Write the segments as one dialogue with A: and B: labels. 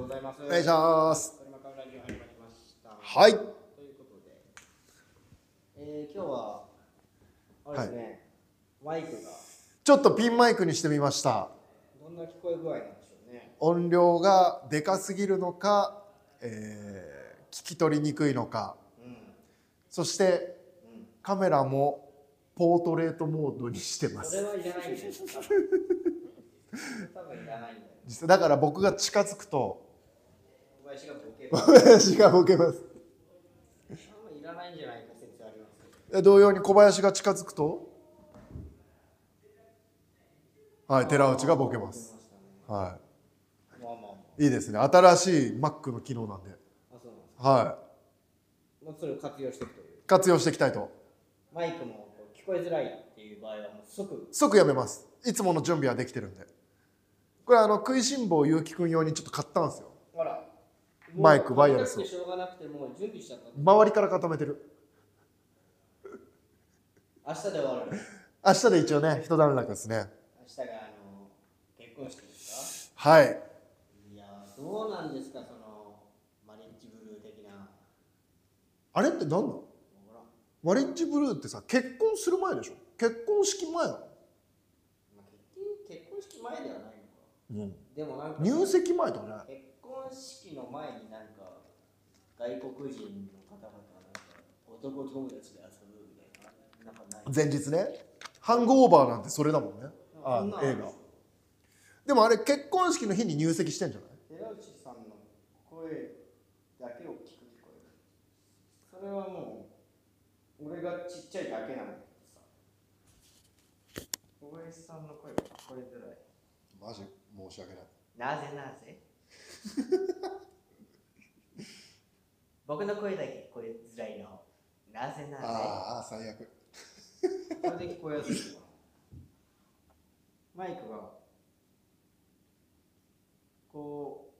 A: します。
B: 鳥間ラジオ始まりました。
A: はい。
B: ということで、えー、今日はあれですね、マイクが
A: ちょっとピンマイクにしてみました。
B: どんな聞こえ具合なんでしょうね。
A: 音量がでかすぎるのか、えー聞き取りにくいのか、
B: う
A: そして
B: ん、うん。
A: カメラもポートレートモードにしてま
B: それ
A: す。
B: はいらないんだよ。多分多分いらないんだよ。
A: 実はだから僕が近づくと
B: 小林がボケる。あん
A: 私がボケます。
B: まいらないんじゃないか説ありますけど。
A: え同様に小林が近づくと、はい寺内がボケます。
B: ボケましたね
A: は
B: まあまあま
A: い。いいですね。新しい Mac の機能なんで、
B: あ。あそうなんです
A: は
B: か。まあそれを活用していくという。
A: い。活用していきたいと。
B: マイクもこう聞こえづらいっていう場合はもう即
A: 即やめますいつもの準備はできてるんでこれあの食いしん坊ゆうきくん用にちょっと買ったんですよ
B: ほら。もう
A: マイクワイヤレスを
B: 買いたくてしょうがなくてもう準備しちゃった。
A: 周りから固めてる
B: 明日で終わる。
A: 明日で一応ね一段落ですね
B: 明日があの結婚式です
A: はい
B: かいやーどうなんですかそのマリッジブルー的な
A: あれって何なの
B: ほら、ま
A: マリッジブルーってさ結婚する前でしょ結婚式前なの、
B: あ、結局結婚式前ではないのか
A: うん、
B: でもなんか
A: 入籍前とかじゃない
B: 結婚式の前になんか外国人の方々がなんか男友達で遊ぶみたいななんかない
A: 前日ねハングオーバーなんてそれだもんねあ
B: そんな
A: の
B: の
A: 映画でもあれ結婚式の日に入籍してんじゃない
B: 寺内さんの声だけを聞く聞こえるそれはもう俺がちっちゃいだけなのにさ小林さんの声が聞こえづらい
A: マジ申し訳ない
B: なぜなぜ 僕の声だけ聞こえづらいのなぜな
A: あ最悪
B: ぜこれで聞こえやすいのかなマイクがこ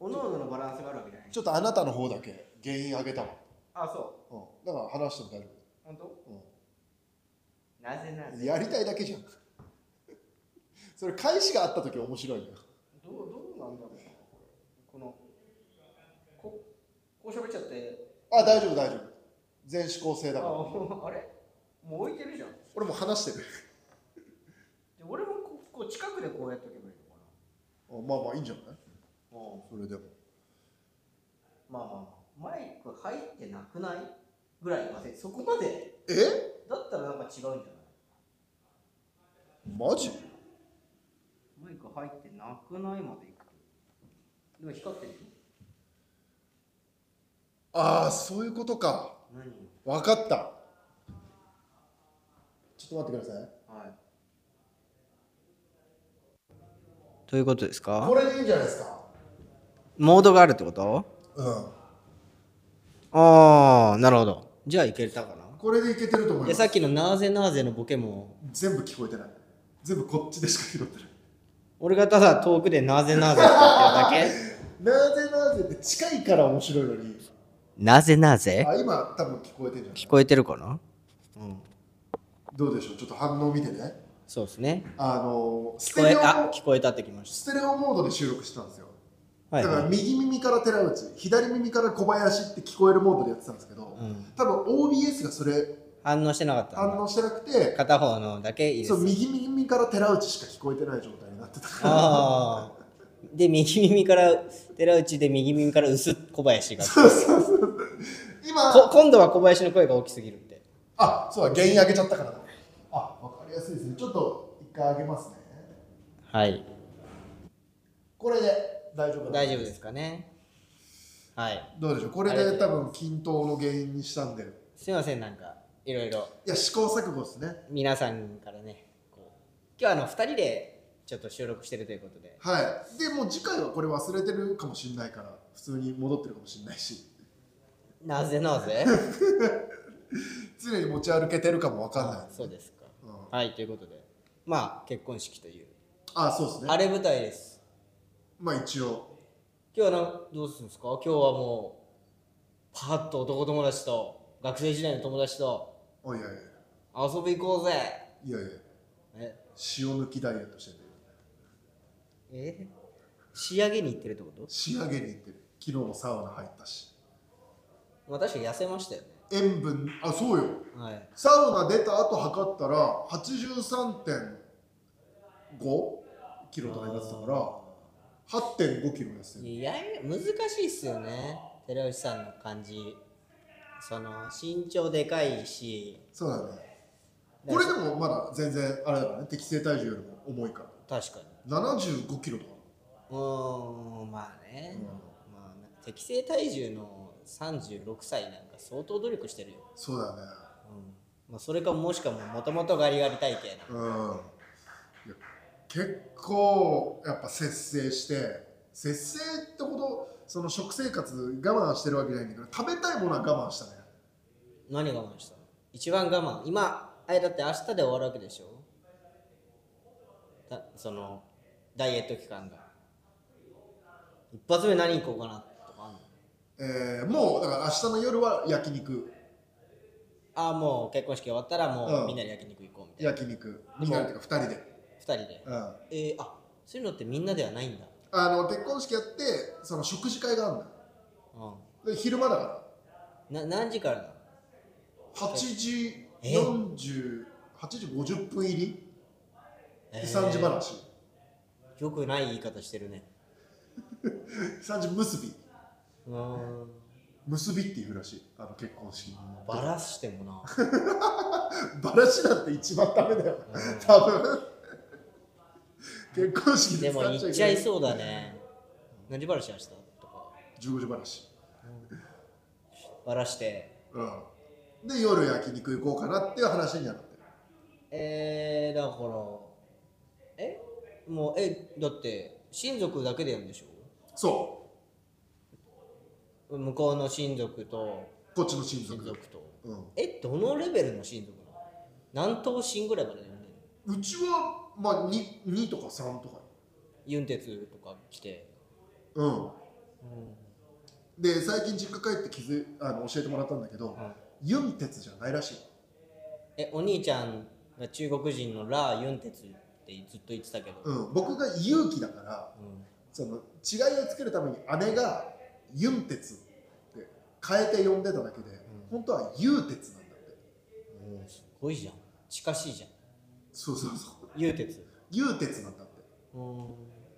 B: うおのおののバランスがあるわけじゃない
A: ちょっとあなたの方だけ原因あげたわ、
B: あそ
A: うん、だから話しても大丈
B: う本当
A: 夫、うん
B: なぜなぜ
A: やりたいだけじゃんそれ返しがあった時面白いのよ
B: どうどうなんだろうなこのここう喋っちゃって
A: あ大丈夫大丈夫全指向性
B: あ
A: だから
B: あれもう置いてるじゃんで
A: 俺もう話してる
B: 俺もこうこう近くでこうやっとけばいいのか
A: あまあまあいいんじゃない
B: なうん
A: それでも
B: まあまあまあマイク入ってなくないぐらいまでそこまで
A: え
B: だったらなんか違うんじゃない
A: マジ
B: マイク入ってなくないまでいくでも光ってるよ
A: ああそういうことか
B: 何
A: 分かったちょっと待ってください
B: はいということですか
A: これでいいんじゃないですか
B: モードがあるってこと
A: うん
B: ああなるほどじゃあいけたかな
A: これでいけてると思い
B: で
A: ま
B: さ
A: す
B: っきの「なぜなぜ」のボケも
A: 全部聞こえてない全部こっちでしか拾ってない
B: 俺がただ遠くで「なぜなぜ」って言ってるだけ
A: なぜなぜって近いから面白いのに
B: なぜなぜ
A: あ今多分聞こえてるんじ
B: 聞
A: ゃない
B: こえてるかなうん
A: どうでしょうちょっと反応見てね
B: そうですね
A: あのス
B: 聞こ
A: テ
B: え
A: レオ
B: あ聞こえたってきまし
A: ステレオモードで収録してたんですよ、
B: たはい、
A: だから
B: はい
A: 右耳から寺内左耳から小林って聞こえるモードでやってたんですけど、
B: ん
A: 多分 OBS がそれ
B: 反応してなかったんだ
A: 反応してなくて、
B: 片方のだけいいです
A: そう右耳から寺内しか聞こえてない状態になってたから
B: ああで右耳から寺内で右耳から薄っ小林がこ
A: 今
B: 今度は小林の声が大きすぎるって
A: あそうだ原因上げちゃったからだあ分かりやすいですねちょっと一回上げますね
B: はい
A: これで大丈夫
B: 大丈夫ですかねはい
A: どうでしょうこれで多分均等の原因にしたんです
B: いませんなんかいろいろ
A: いや試行錯誤ですね
B: 皆さんからねこう今日はあの2人でちょっと収録してるということで
A: はいでもう次回はこれ忘れてるかもしれないから普通に戻ってるかもしれないし
B: なぜなぜ
A: 常に持ち歩けてるかもわかんない
B: あ そうですか、
A: うん
B: はいということでまあ結婚式という
A: あそうですね
B: あれ舞台です
A: まあ一応
B: 今日はなんどうするんですか今日はもうパーッと男友達と学生時代の友達と
A: おいやいや
B: 遊び行こうぜ
A: いやいや
B: え
A: 塩抜きダイエットしてる
B: え仕上げに行ってるってこと
A: 仕上げにいってる昨日もサウナ入ったし
B: まあ確かに痩せましたよね。
A: 塩分あそうよ
B: はい。
A: サウナ出た後測ったら83.5キロとかになってたから8.5キロ痩せる
B: いや、難しいっすよね。寺内さんの感じ。その、身長でかいし、
A: そうだねこれでもまだ全然あれだからね適正体重よりも重いか
B: 確かに。
A: ら75キロとか、
B: うーん、まあね。まあ、適正体重の36歳なんか相当努力してるよ。
A: そうだよね
B: うん。まあ、それかもしかも、もともとガリガリ体型な。
A: うんいや結構やっぱ節制して節制ってほどその食生活我慢してるわけじゃないんだけど食べたいものは我慢したね
B: 何我慢したの一番我慢今あれだって明日で終わるわけでしょだそのダイエット期間が一発目何行こうかなとかあんの
A: えーもうだから明日の夜は焼肉
B: ああもう結婚式終わったらも
A: う
B: うんみんなで焼肉行こうみたいな
A: 焼肉2人っていうか2人で、
B: 二人で
A: うん、
B: えー、あそういうのってみんなではないんだ
A: あの結婚式やってその食事会があるんだよ
B: う
A: で昼間だから
B: んな何時からだ
A: 8時
B: え
A: 40、8時50分入り
B: えー
A: 3時話、
B: よくない言い方してるね
A: 3時結び
B: うーん
A: 結びっていうらしいあの結婚式
B: バラしても な
A: バラしなんて一番ダメだよ
B: うん
A: 多分結婚式
B: で
A: で
B: も
A: 使
B: 行っ
A: っ
B: ち
A: ち
B: ゃ
A: ゃ
B: い
A: い
B: そう
A: だ
B: だね何時バラしましたとか
A: 15時話
B: バラして
A: うんで夜焼肉行こうかなっていう話になって
B: えー、だからえもうえだって親族だけでやるんでしょ
A: そ
B: 向こうの親族と
A: うこっちの親
B: 親
A: 族
B: 族と
A: うん
B: えどのレベルの親族なの何頭身ぐらいまで呼んでるの
A: うちはまあ 2, 2とか3とか
B: ユンテツとか来て、
A: うん
B: うん
A: で最近実家帰って気づいあの教えてもらったんだけど、
B: うん
A: ユンテツじゃないらしい
B: えお兄ちゃんが中国人のラ・ユンテツってずっと言ってたけど、
A: うん、僕が勇気だから
B: うん
A: その違いをつけるために姉がユンテツって変えて呼んでただけで、本当はユーテツなんだって
B: もうすごいじゃん近しいじゃん
A: そうそうそう
B: ユンテツ
A: ユーテツなんだって
B: うん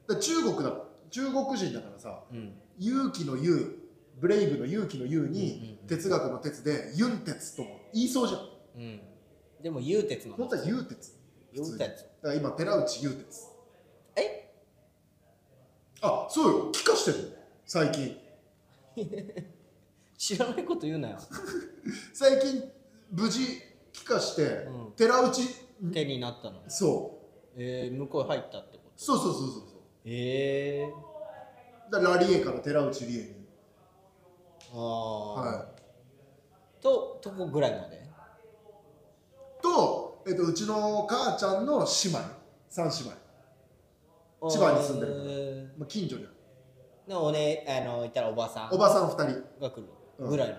A: だ中国だ中国人だからさ
B: うん
A: 勇気の勇ブレイブの勇気の勇
B: うんうん
A: に
B: うん
A: 哲学の哲でユンテツとも言いそうじゃん
B: うんでもユンテツなの
A: 本当はユーテツ
B: ユンテツ
A: だから今寺内ユーテツ
B: え
A: あそうよ帰化してる最近
B: 知らないこと言うなよ。
A: 最近無事帰化して、
B: うん
A: 寺内
B: 手になったの。
A: そう
B: えー、向こう入ったってこと。
A: そうそうそうそうそう
B: ええ
A: だからラリエから寺内理恵に、
B: ー。ああ、
A: は
B: と、とこぐらいまで。
A: い、と,、えっとうちの母ちゃんの姉妹三姉妹、千葉に住んでるから
B: る。
A: まあ、近所にある
B: で、おね、あの、いたらおばさん
A: おばさん二人
B: が来る
A: うん
B: ぐらいの。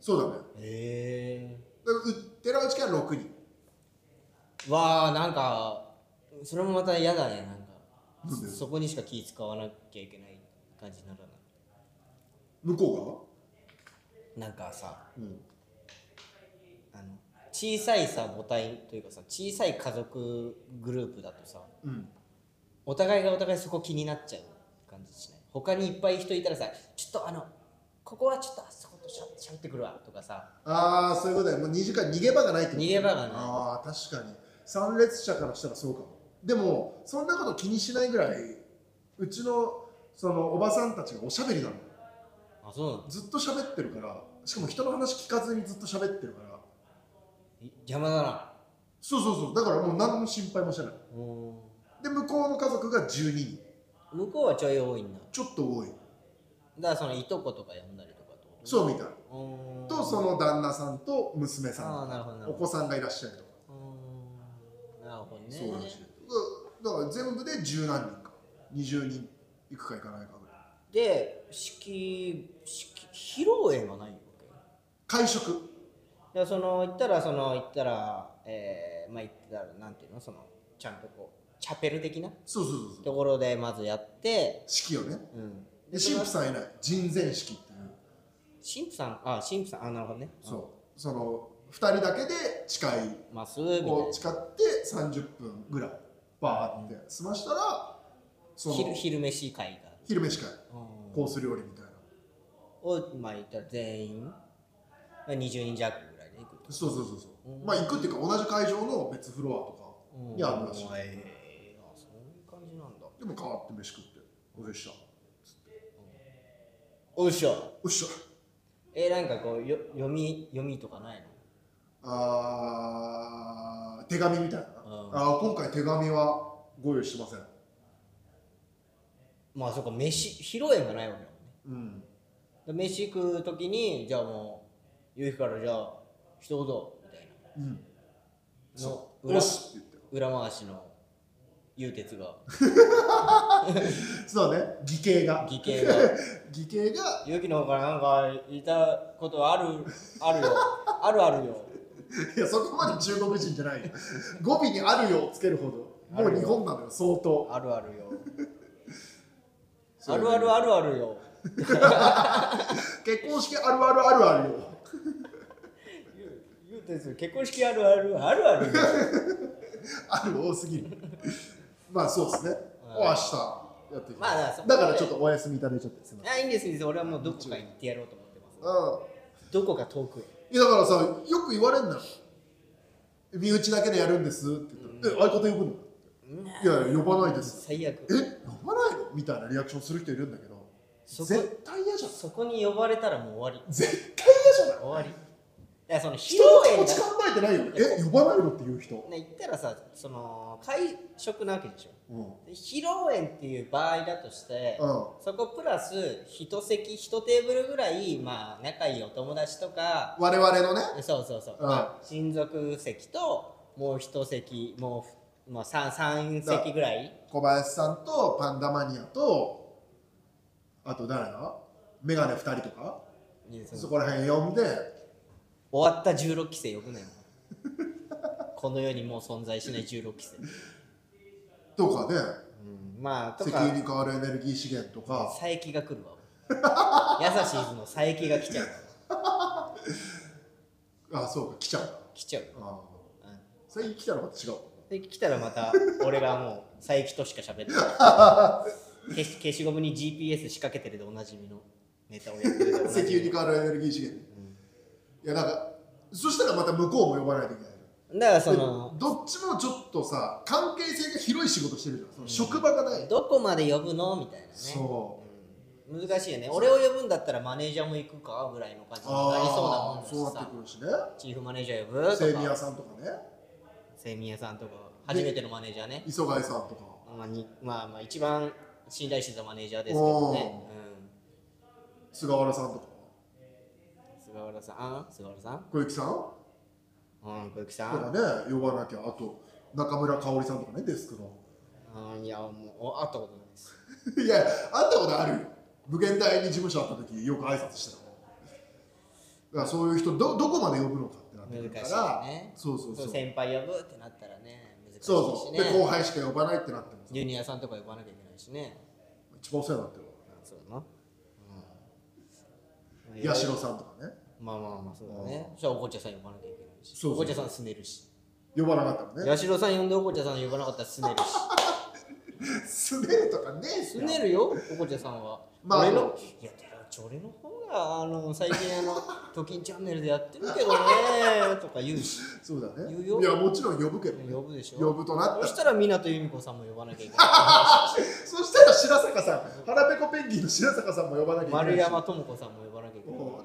A: そうだねだか
B: え
A: らう寺内から六人
B: えー。わあ、なんか、それもまた嫌だね、なんか。
A: なんで
B: そこにしか気使わなきゃいけない感じにならない。
A: 向こ
B: なんかさ、
A: うが、うん、
B: あの、小さいさ、母体というかさ、小さい家族グループだとさ、
A: うん、
B: お互いがお互いそこ気になっちゃう感じしない他にいっぱい人いたらさちょっとあのここはちょっとあそことしゃしゃべってくるわとかさ
A: ああそういうことだよもう2時間逃げ場がないってこと
B: 逃げ場がない
A: ああ確かに参列者からしたらそうかもでもそんなこと気にしないぐらいうちのそのおばさんたちがおしゃべりなの
B: あそうなの
A: ずっと喋ってるからしかも人の話聞かずにずっと喋ってるから
B: い邪魔だな
A: そうそうそうだからもう何の心配もしてないう
B: ーん
A: で向こうの家族が12人
B: 向こうはちょい多いんだ
A: ちょっと多い
B: だからそのいとことか呼んだりとかってこと
A: そうみたいう
B: ーん
A: とその旦那さんと娘さ
B: ああ
A: ん
B: なるほどなる
A: お
B: ほど
A: 子さんがいらっしゃるとか
B: うーんなるほどね
A: そうなんですよだから全部で十何人か20人いくかいかないかぐらい
B: で式式披露宴はないわけ
A: 会食
B: だからその行ったらその行ったらえー、まあ行ったらなんていうのそのちゃんとこうチャペル的な
A: そうそうそうそう
B: ところでまずやって、
A: 式をね
B: うん、
A: で神父さんいない人前式っていう
B: 神父さんあ神父さんあなるほどね
A: そうその2人だけで誓い
B: うんますみたいな
A: を誓って30分ぐらいバーって済ましたらその
B: 昼昼飯会が
A: 昼飯会
B: うん
A: コース料理みたいな
B: をまあ言ったら全員まあ20人弱ぐらいで行くと
A: そうそうそうそう、
B: うん
A: まあ行くっていうか同じ会場の別フロ
B: うん
A: いやあるらしい
B: ええあそういう感じなんだ
A: アとかでも変わって飯食って「おいしゃ
B: おいしょ
A: おいしゃ
B: えなんかこうよ読み読みとかないの
A: あー手紙みたいな、
B: うん
A: あー今回手紙はご用意してません
B: まあそっか飯披露宴がないわけだもんね
A: うん
B: で飯食う時にじゃあもう夕日からじゃあ一言みたい
A: うん
B: なの
A: お
B: 裏
A: っすって言っ
B: 裏回しの優鉄が
A: てそうだね義兄が
B: 義兄 が
A: 義兄が
B: 勇気の方からなんか言ったことあるあるよあるあるよ
A: いやそこまで中国人じゃないよ語尾に「あるよ」をつけるほどもう日本なのよ相当
B: あるあるよ
A: そう
B: あるあるあるあるよ
A: 結婚式あるあるあるあるよ
B: ゆうてつ結婚式あるあるあるあるよ
A: ある多すぎる まあそうですね
B: うん
A: お明日やっていき
B: まあだから
A: ま
B: そこ
A: す
B: ま
A: だ
B: で
A: からちょっとお休みいただいちゃってすみません
B: あいいんですいいんです俺はもうどこか行ってやろうと思ってま
A: うん
B: すどこか遠くへ
A: いやだからさよく言われんなよ身内だけでやるんですって言ったら「え相方呼ぶの?」いやいや呼ばないです
B: 最悪
A: 「え呼ばないの?」みたいなリアクションする人いるんだけど
B: そこ
A: 絶対嫌じゃん
B: そこに呼ばれたらもう終わ
A: 絶対嫌じゃない
B: り終わりいやその披露
A: 人の気持
B: 宴
A: ち
B: だ
A: 考えてないよねえ呼ばないのって言う人
B: ね言ったらさその会食なわけでしょ
A: うん
B: で披露宴っていう場合だとして、
A: う
B: そこプラス一席一テーブルぐらい、まあ、仲いいお友達とか
A: ん、我々のね
B: そうそうそう、
A: うん
B: まあ親族席ともう一席もう、まあ、3, 三席ぐらい
A: 小林さんとパンダマニアとあと誰だメガネ2人とか
B: にその
A: そこら辺呼んで
B: 終わった16期生よくないもんこの世にもう存在しない16期生、
A: とかね
B: うん、まあと
A: 石
B: か
A: 油に変わるエネルギー資源とか
B: 佐伯が来るわ優しいの佐伯が来ちゃう
A: あそうか来ちゃうんだ
B: 来ちゃう、
A: あー
B: うん
A: 最近来たのまた違う
B: で来たらまた俺がもう佐伯としか喋ってない消し消しゴムに GPS 仕掛けてるでおなじみのネタをやってるでおな
A: 石
B: じみ
A: 油に変わるエネルギー資源、いやなんかそしたらまた向こうも呼ばないといけない
B: だからそ
A: で
B: の
A: どっちもちょっとさ関係性が広い仕事してるじゃんその職場がない、
B: どこまで呼ぶのみたいなね
A: そう
B: うん難しいよね俺を呼ぶんだったらマネージャーも行くかぐらいの感じになりそう
A: ああ
B: だ
A: そう
B: もん
A: なって
B: だしさ
A: くるしね
B: チーフマネージャー呼ぶとか
A: セイミヤさんとかね
B: セイミヤさんとか初めてのマネージャーね
A: 磯貝さんとか
B: まあにまあまあ一番信頼してたマネージャーですけどね、
A: 菅原さんとか
B: うん、菅原さんあ菅原さん
A: 小雪さん
B: うん小雪さ
A: と
B: ん
A: かね呼ばなきゃあと中村香織さんとかねデスクの
B: うんいやもうお会ったことないです
A: いや会ったことあるよ無限大に事務所あった時よく挨拶してたもんだからそういう人どどこまで呼ぶのかってなってくるから
B: 難しいよね
A: そうそうそう
B: そう先輩呼ぶってなったらね難しいしね
A: そうそうで後輩しか呼ばないってなってもさ
B: ジュニアさんとか呼ばなきゃいけないしね
A: 一番お世話になってるわ
B: そうだな、うん、
A: 八代さんとかね
B: まあまあまあそうだねそしたらおこちゃさん呼ばなきゃいけないし
A: そうそう
B: おこちゃさんすねるし
A: 呼ばなかったもんね
B: 八代さん呼んでおこちゃさん呼ばなかったらすねるし
A: すねるとかねえっす
B: す
A: よ
B: ねるよおこちゃさんは、
A: まあ
B: 俺のいや寺内俺の方があの最近あの 「トキンチャンネル」でやってるけどねとか言うし
A: そうだね
B: 言うよ
A: いやもちろん呼ぶけどね
B: 呼ぶでしょ
A: 呼ぶとなった
B: そ
A: ら
B: したら湊由美子さんも呼ばなきゃいけな
A: そしたら白坂さん、腹ペコペンギンの白坂さんも呼ばなきゃい
B: いし
A: けないし。
B: 丸山智子さんも呼ばなきゃいけない
A: うんで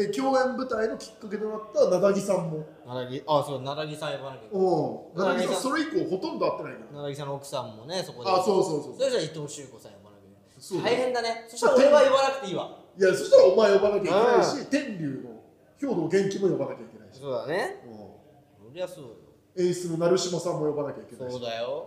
A: え共演舞台のきっかけとなったなだぎさんも。
B: 奈良木あそう奈良木さん呼ばなきゃいけない
A: うん。なだぎ
B: なだぎ
A: さん、
B: さん
A: それ以降ほとんど会ってないけど。
B: 奈良木さんの奥さんもねそこで
A: あ、そうそうそう
B: そしたら伊藤修子さん呼ばなきゃい
A: そ
B: け
A: う
B: ない大変だねそしたら俺は呼ばなくていいわ
A: いや、そしたらお前呼ばなきゃいけないし、天竜の兵道元気も呼ばなきゃいけないし。
B: そうだね
A: う
B: そりゃそうよ
A: ん。演出の成島さんも呼ばなきゃいけない
B: そう
A: し。
B: だよ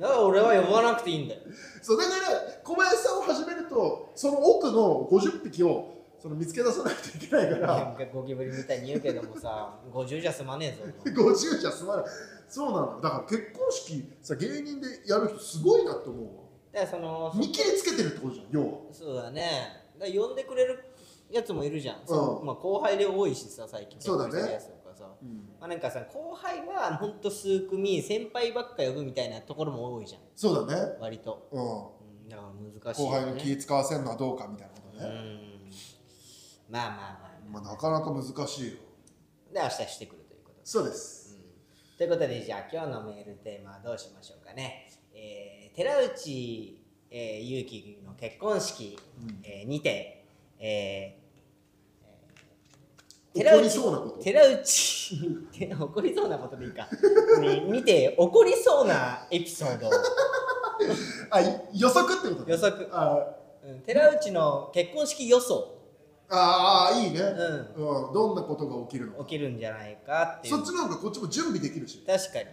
B: だから俺は呼ばなくていいんだよ
A: そう、だから小林さんを始めると、その奥の50匹をその見つけ出さないといけない から、
B: なんかゴキブリみたいに言うけどもさ50じゃ済まねえぞ
A: 50じゃ済まない。そうなの。だから結婚式、さ、芸人でやる人すごいなって思うわ。
B: だからその
A: 見切りつけてるってことじゃん要は
B: そうだねだから呼んでくれるやつもいるじゃん、そう
A: うん
B: まあ、後輩で多いしさ最近
A: そうだね
B: 結婚してるやつとかさ
A: うん
B: まあ、なんかさ後輩はほんと数組先輩ばっか呼ぶみたいなところも多いじゃん
A: そうだね
B: 割と、
A: うん
B: うん、だから難しい、
A: 後輩に気使わせるのはどうかみたいなこと
B: う
A: ね、
B: んまあまあまあ
A: まあ、なかなか難しいよ
B: で明日してくるということです
A: そうです
B: うんということでじゃあ今日のメールテーマはどうしましょうかね、えー寺内、えー、ゆうきの結婚式、
A: うん
B: えーにて、えーえー
A: 起
B: 寺
A: こり
B: 内
A: そうなこと
B: 寺内 て怒りそうなことでいいかに見て怒りそうなエピソード、
A: あ予測ってことね
B: 予測
A: あ
B: うん、寺内の結婚式予想、
A: あーいいね、
B: う
A: うん、どんなことが起きるの
B: ん、
A: か
B: 起きるんじゃないかっていう
A: そっちの方がこっちも準備できるし
B: 確かに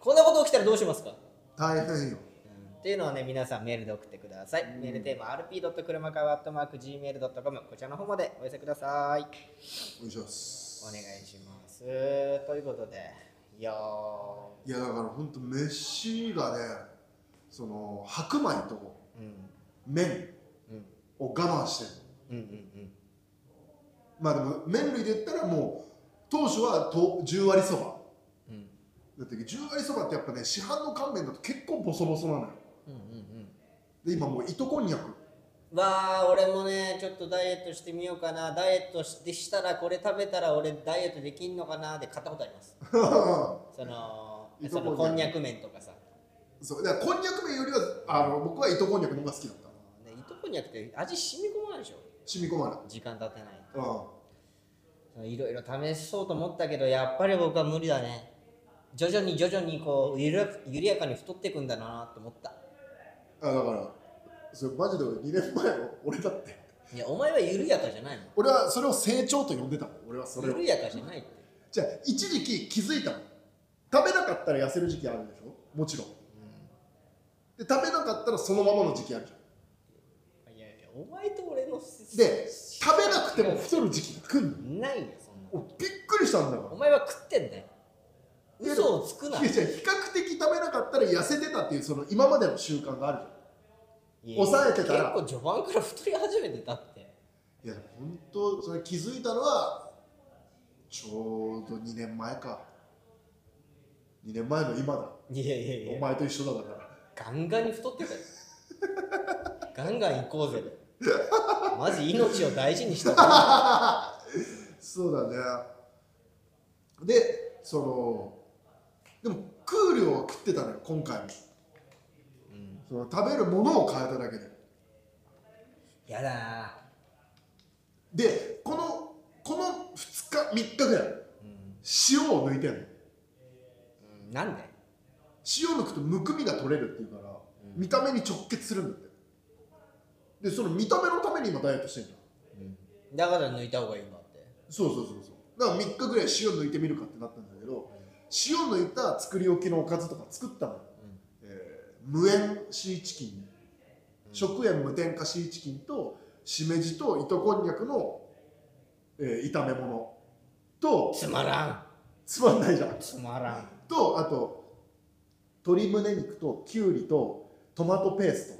B: こんなこと起きたらどうしますか
A: 大変よ
B: うんっていうのをね皆さんメールで送ってください、メールテーマ rp. 車かわ .gmail.com こちらの方までお寄せくださ
A: お願
B: い
A: いします
B: お願いしますということでいやー
A: いやだからほんと飯がねその白米と
B: うん
A: 麺
B: うん
A: を我慢してる
B: うんうん
A: まあでも麺類で言ったらもう当初はと10割そば
B: うんうん
A: だって10割そばってやっぱね市販の乾麺だと結構ボソボソなのよ
B: うんうん
A: で今もう糸こんにゃく
B: うんわあ俺もねちょっとダイエットしてみようかなダイエットしてしたらこれ食べたら俺ダイエットできんのかなって買ったことありますその
A: いと
B: そ
A: こで
B: のこんにゃく麺とかさ
A: そうだからこんにゃく麺よりはあの僕は糸こんにゃくの方が好きだった
B: ね糸こんにゃくって味染み込まないでしょ
A: 染み込まない
B: 時間経ってない
A: うん
B: いろいろ試そうと思ったけどやっぱり僕は無理だね徐々に徐々にこうゆる緩やかに太っていくんだなと思った
A: あだからそれマジで俺2年前の俺だって
B: いやお前は緩やかじゃないもん
A: 俺はそれを成長と呼んでたもん俺はそれを
B: 緩やかじゃないって
A: じゃあ一時期気づいたの食べなかったら痩せる時期あるでしょもちろんで食べなかったらそのままの時期あるじゃん
B: いやいやお前と俺の
A: で食べなくても太る時期が来るの
B: ないよそんな
A: 俺びっくりしたんだ
B: お
A: か
B: 前は食ってんだよ嘘をつくな
A: らいやじゃあ比較的食べなかったら痩せてたっていうその今までの習慣がある
B: いや
A: 抑えてたら
B: 結構序盤から太り始めてたって
A: じゃんいや本当それ気づいたのはちょうど2年前か2年前の今だ
B: いやいやいや
A: お前と一緒だだから
B: ガンガンに太ってたよガンガン行こうぜマジ命を大事にした
A: そうだねでそのでも空量は食ってたのよ今回も
B: うん
A: その食べるものを変えただけで
B: やだな
A: でこのこの2日3日ぐらい
B: うん
A: 塩を抜いてんの
B: うんなんで
A: 塩抜くとむくみが取れるっていうから、
B: うん
A: 見た目に直結するんだってでその見た目のために今ダイエットしてんだ
B: だから抜いた方がいいわって
A: そうそうそうそうだから3日ぐらい塩抜いてみるかってなったんだけど塩抜いた作り置きのおかずとか作ったのよ
B: うん
A: えー無塩シーチキン、食塩無添加シーチキンとしめじと糸こんにゃくの、えー炒め物と
B: つまらん
A: つまんないじゃん
B: つまらん
A: とあと鶏胸肉ときゅうりとトマトペース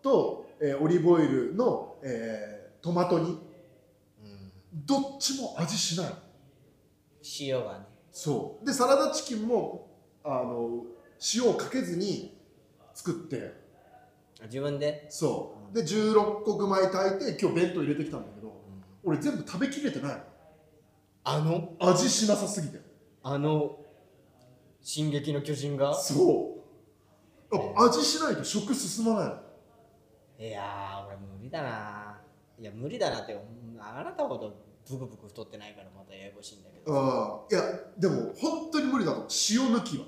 A: トと、えーオリーブオイルの、えートマト煮
B: うん
A: どっちも味しない
B: 塩がね
A: そうでサラダチキンもあの塩をかけずに作って
B: 自分で
A: そうで16個ぐまい炊いて今日弁当入れてきたんだけど、
B: ん
A: 俺全部食べきれてない
B: あの
A: 味しなさすぎて
B: あの「進撃の巨人が
A: そうあ味しないと食進まないの
B: いやー俺無理だないや無理だなってうんあなたほどブクブク太ってないからまたややこしいんだけど
A: ああいやでも本当に無理だと思う塩抜きは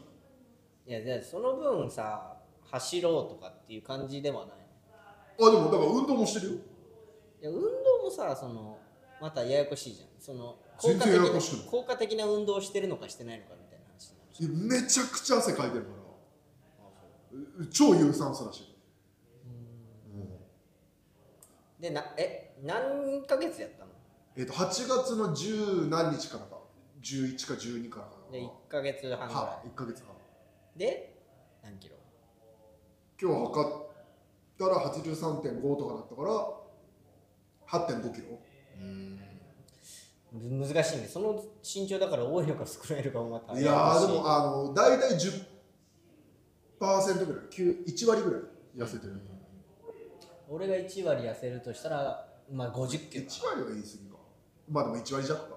A: い
B: やじゃあその分さ走ろうとかっていう感じではない
A: あでもだから運動もしてるよ
B: いや運動もさそのまたややこしいじゃんその効果
A: 全
B: 的
A: 然
B: な
A: ややこしくない
B: 効果的な運動をしてるのかしてないのかみたいな話にな
A: い
B: るし
A: やめちゃくちゃ汗かいてるからう超有酸素だし
B: でなえ何ヶ月やったの
A: えっ、と8月の10何日からか11か12からか
B: で1ヶ月半ぐら
A: はい1ヶ月半
B: いで何キロ
A: 今今日測ったら83.5とかだったから8.5キロ
B: うんむ難しいねその身長だから多いのか少ないのかもまた
A: いやーでもあの大体10%ぐらい9 1割ぐらい痩せてる、
B: 俺が1割痩せるとしたらまあ50キロ
A: 1割は言い過ぎかまあでも1割弱か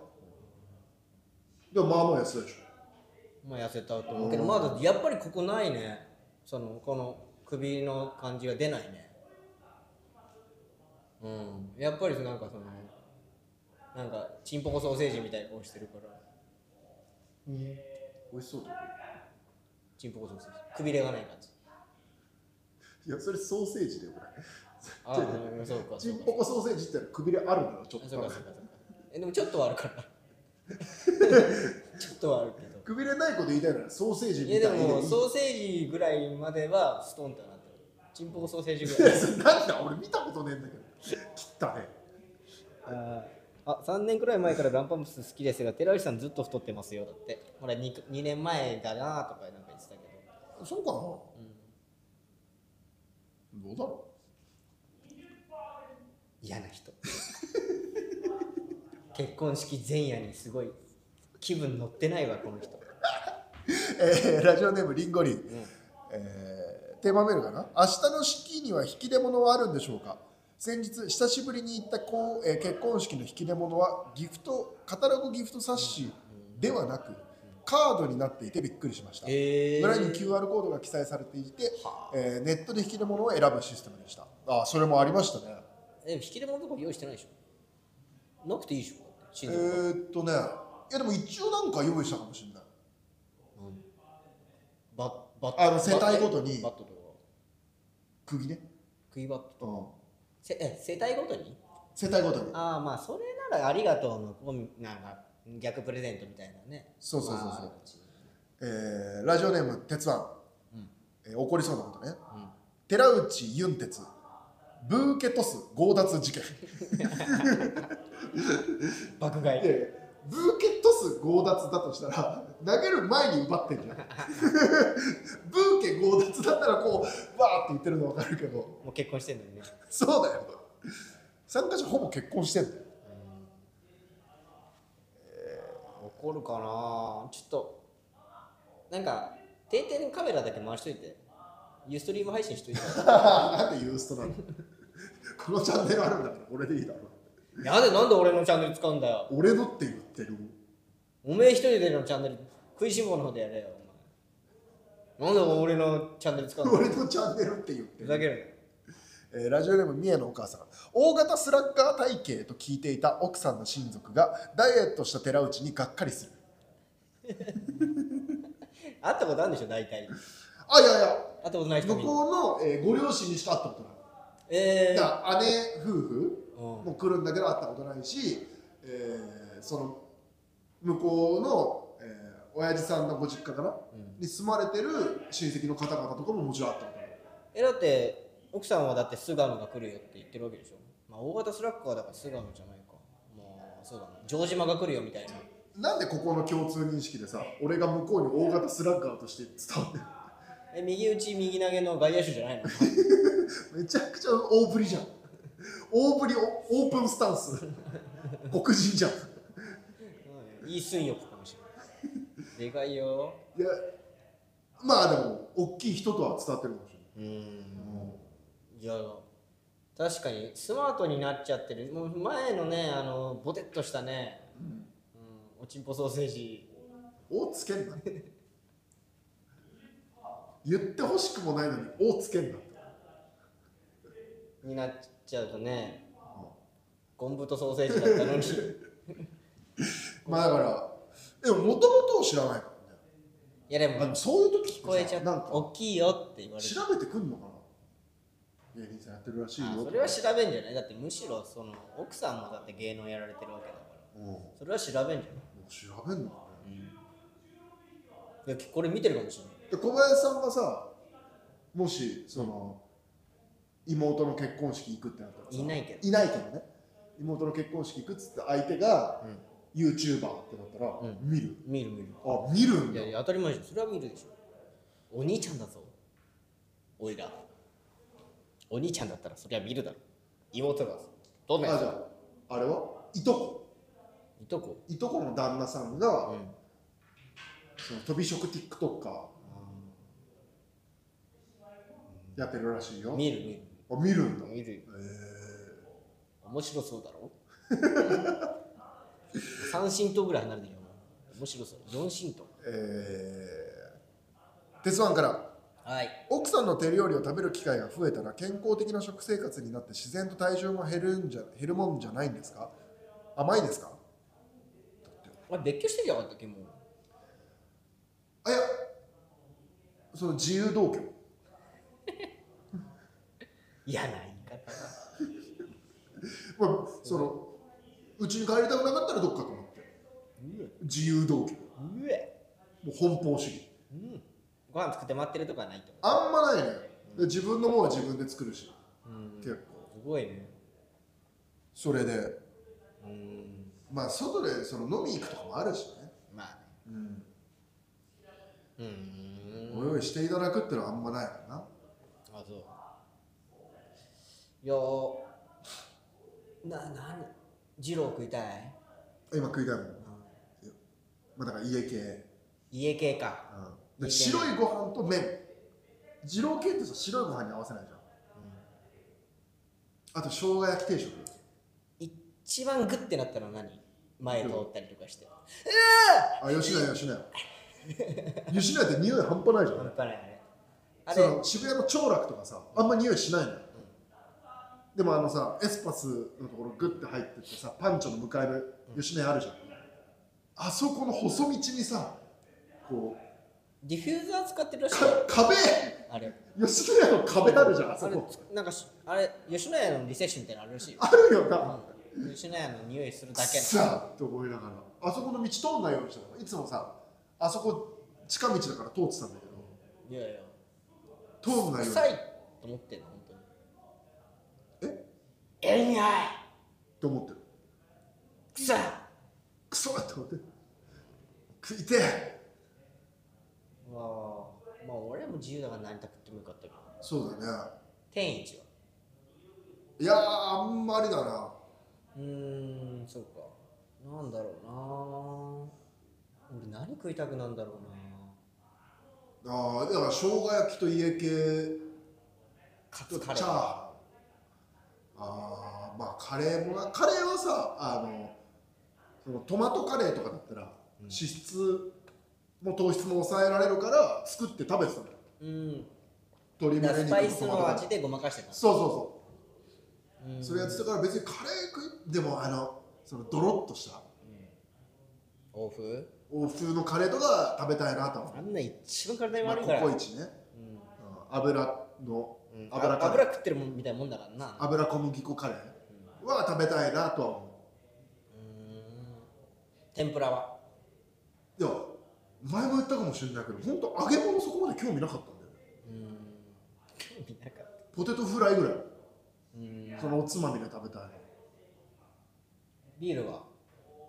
A: でもまあまあ痩せたでし
B: まあ痩せたと思うけどまだやっぱりここないねそのこの首の感じが出ないねうんやっぱりなんかそのなんかチンポコソーセージみたいな顔してるから
A: ょ、美味しそうだ
B: チンポコソーセージくびれがない感じ
A: いやそれソーセージでよくない
B: ああうんそうか
A: チ
B: そう
A: ン
B: か
A: ポコソーセージってくびれあるんだよちょっ
B: そうか
A: と
B: そうかそうかえでもちょっとはあ るからちょっとはあるけど
A: くびれないこと言いたいならソーセージみ
B: い
A: たい
B: やで
A: に
B: も
A: そ
B: ソーセージぐらいまではストンとはなってるチンポコソーセージぐらい
A: れなんだ俺見たことねえんだけど切ったね
B: あーあ3年くらい前からダンパンプス好きですが寺内さんずっと太ってますよだってほら 2, 2年前だなとかなんか言ってたけ
A: そうかな、どうだろ
B: ど嫌な 人結婚式前夜にすごい気分乗ってないわこの人、
A: う、えーラジオネームリンゴリン
B: うん、
A: えーテーマメールかな明日の式には引き出物はあるんでしょうか先日久しぶりに行ったこう、えー結婚式の引き出物はギフトカタログギフト冊子ではなくカードになっていてびっくりしました、
B: え
A: 裏に QR コードが記載されていて、えーネットで引き出物を選ぶシステムでしたあそれもありましたね
B: え引き出物とか用意してないでしょなくていいでしょ
A: え
B: 親族は
A: ー、っとねいやでも一応なんか用意したかもしれない
B: バッバッ
A: あの世帯ごとに
B: バットとか
A: 釘ね、
B: クイバット
A: うん、
B: せえ世帯ごとに
A: 世帯ごとに
B: ああまあそれならありがとうのこうなんか逆プレゼントみたいなね
A: そうそうそう
B: まあ
A: そ
B: あ
A: う
B: るち
A: えーラジオネーム鉄腕、
B: うん
A: えー怒りそうなことね、
B: ん
A: 寺内ユン鉄ブーケトス強奪事件
B: 爆買い
A: いやいやブーケトス強奪だとしたら投げる前に奪ってんじゃんブーケ強奪だったらこうわーって言ってるの分かるけど
B: もう結婚してんのにね
A: そうだよ参加者ほぼ結婚してんだよ
B: 怒るかなちょっとなんか定点のカメラだけ回しといてユーストリーム配信し といて
A: なんでユーストなんだこのチャンネルあるんだから俺でいいだろ
B: なんでなんで俺のチャンネル使うんだよ
A: 俺のって言ってる
B: おめえ一人でのチャンネル食いしん坊の方でやれよお前なんで俺のチャンネル使うんだよ
A: 俺のチャンネルって言って
B: ふ
A: る
B: ざける
A: えーラジオネーム三重のお母さん大型スラッガー体型と聞いていた奥さんの親族がダイエットした寺内にがっかりする
B: な会ったことあるんでしょ大体会っ
A: あいやいや
B: たことない
A: 向
B: 人みんな
A: こうの、えーご両親にしか会ったことない
B: ええ
A: だから姉夫婦
B: うん
A: も来るんだけど会ったことないし、えーその向こうの、えー親父さんのご実家かな、
B: ん
A: に住まれてる親戚の方々とかももちろん会ったことない
B: えだって奥さんはだって菅野が来るよって言ってるわけでしょまあ大型スラッガーだから菅野じゃないかまあそうだね城島が来るよみたいな
A: なんでここの共通認識でさ俺が向こうに大型スラッガーとして伝わって
B: え右打ち右投げの外野手じゃないの
A: めちゃくちゃ大ぶりじゃん大ぶりおオープンスタンス黒人じゃんい
B: うんイ・スンヨプかもしれないでかいよ
A: やまあでも大きい人とは伝わってるかもしれ
B: うーんいや確かにスマートになっちゃってるもう前のねあのボテッとしたね、うん、おちんぽソーセージ
A: ない「お」つけんな言ってほしくもないのに「お」つけんな
B: になっちゃうとねゴンブとソーセージだった のに
A: まあだからでももともとを知らないからね
B: いやで
A: あで
B: も
A: もそういう時
B: 聞こえちゃっ
A: なん
B: た
A: か
B: 大きいよって言われる
A: 調べてくんのかな芸人さんやってるらしいよ
B: あそれは調べんじゃないだってむしろその奥さんもだって芸能やられてるわけだから
A: うん
B: それは調べんじゃな
A: 調べんのかね
B: いいやこれ見てるかもしれない
A: で小林さんがさもしその、妹の結婚式行くってなったらさ
B: いないけど
A: いないけどね妹の結婚式行くっつって相手が、
B: うん
A: YouTuber ってなったら、
B: うん
A: 見る
B: 見る見る
A: あ見るん
B: い
A: だ
B: やいや当たり前でしょそれは見るでしょお兄ちゃんだぞおいらお兄ちゃんだったらそりゃ見るだろ妹がどんな
A: あ
B: や
A: じ
B: つ
A: ゃああれはいとこ
B: いとこ
A: いとこの旦那さんが、
B: うん
A: その飛び職 TikToker やってるらしいよ
B: 見る見る
A: あ見るんだ
B: 見るよ
A: えー
B: 面白そうだろ 三神党ぐらい離れてるよ面白そう四神党
A: えー、鉄腕から
B: はい
A: 奥さんの手料理を食べる機会が増えたら健康的な食生活になって自然と体重も減るんじゃ減るもんじゃないんですか甘いですか
B: あれ別居してるじゃなかったっけもう
A: あいやその自由同居
B: 嫌な言い方だ
A: まあそのうちに帰りたくなかったらどっかと思って
B: うえ
A: 自由同居
B: うえ
A: もう奔放主義
B: うんご飯作って待ってるとかはないと
A: あんまないねで自分のものは自分で作るし
B: うんす
A: 結構
B: ごいね
A: それで
B: うん
A: まあ外でその飲み行くとかもあるしね
B: まあ
A: う
B: ね
A: ん
B: うーん
A: お用意していただくってのはあんまないからな
B: あそういやーな何二郎食いたい、
A: 今食いたいもん
B: うん
A: まあだから家系、うん
B: 家系か
A: で白いご飯と麺二郎系ってさ白いご飯に合わせないじゃん、あと生姜焼き定食
B: 一番グッてなったのは何前通ったりとかして
A: あ吉野家吉野家吉野家って匂い半端ないじゃ
B: 半
A: ん
B: 端ないあれあ
A: そ
B: れ
A: の渋谷の兆楽とかさあんま匂いしないのよ、でもあのさエスパスのところグッて入ってってさパンチョの向かいの吉野家あるじゃん、あそこの細道にさこう
B: ディフューザー使ってるらしい
A: か
B: よ
A: 壁
B: あれ
A: 吉野家の壁あるじゃんあそ
B: あれ
A: こ
B: なんかしあれ吉野家のリセッションみたいなのあるらしいよ
A: あるよな、
B: 吉野家の匂いするだけの
A: さあって思いながらあそこの道通んないようにしてたのいつもさあそこ近道だから通ってたんだけ
B: いやいや
A: ど通んないように
B: 臭いと思ってんの本当にええ匂い
A: と思ってる
B: 臭い
A: クソって思って食いてえ
B: まあまあ俺らも自由だから何食ってもよかったけど
A: そうだね
B: 天一はい
A: やーあんまりだな
B: うーんそうかなんだろうな俺何食いたくなんだろうな
A: あーだから生姜焼きと家系
B: カツ
A: と
B: カレ
A: チャー
B: ー
A: ハンあーまあカレーもなカレーはさあのそのトマトカレーとかだったら脂質も糖質も抑えられるから作って食べてたのよ
B: うん
A: 鶏
B: だから
A: 胸
B: スパイ
A: 肉
B: ス
A: とトマト
B: の
A: カレー
B: 味でごまかしてた
A: そうそうそううんそれやってたから別にカレー食いでもあのそのドロッとした
B: 欧風
A: 欧風のカレーとか食べたいなと思
B: あんな一番体
A: う、
B: に
A: まあ、
B: 悪いから、
A: ココイチね、うん油の
B: うんうん、
A: 油
B: 油
A: カレ
B: 油
A: ー
B: 食ってるもんみたいなもんだからな
A: 油小麦粉カレーは食べたいなとは思
B: うーん天ぷらは
A: ういや前も言ったかもしれないけど本当揚げ物そこまで興味なかったんだよね
B: うーん 興味なかった
A: ポテトフライぐらいう
B: ーん
A: そのおつまみが食べたい
B: ビールは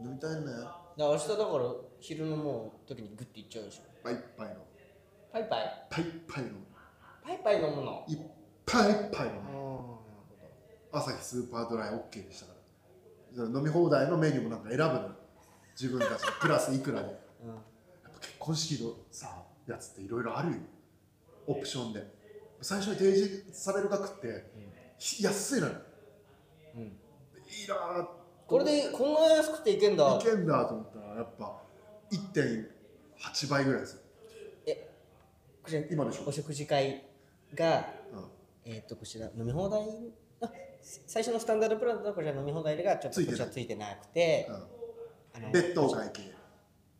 A: 飲みたいね
B: だから明日だから昼のもう時にグッていっちゃうでしょ
A: パイパイの
B: パイパイ
A: パイパイの
B: パイパイ飲むの
A: いっぱいいっぱい
B: ああな
A: の
B: るほ
A: 朝日スーパードライ OK でしたからそれ飲み放題のメニューもなんか選ぶのよ自分たちでプラスいくらでやっ
B: ど、うん
A: ぱ結婚式のさやつっていろいろあるよオプションで最初に提示される額ってひ安いのよ
B: うん、
A: いいなぁ
B: これでこんな安くていけんだ
A: いけんだと思ったらやっぱ1.8倍ぐらいですよ、
B: これ
A: 今でしょ
B: お食事会が
A: うん、
B: えっ、とこちら飲み放題あ最初のスタンダードプランだとこちら飲み放題がちょっ
A: つ
B: と
A: いてない
B: こちらついてなくてあ
A: う
B: の
A: ん、別途お会計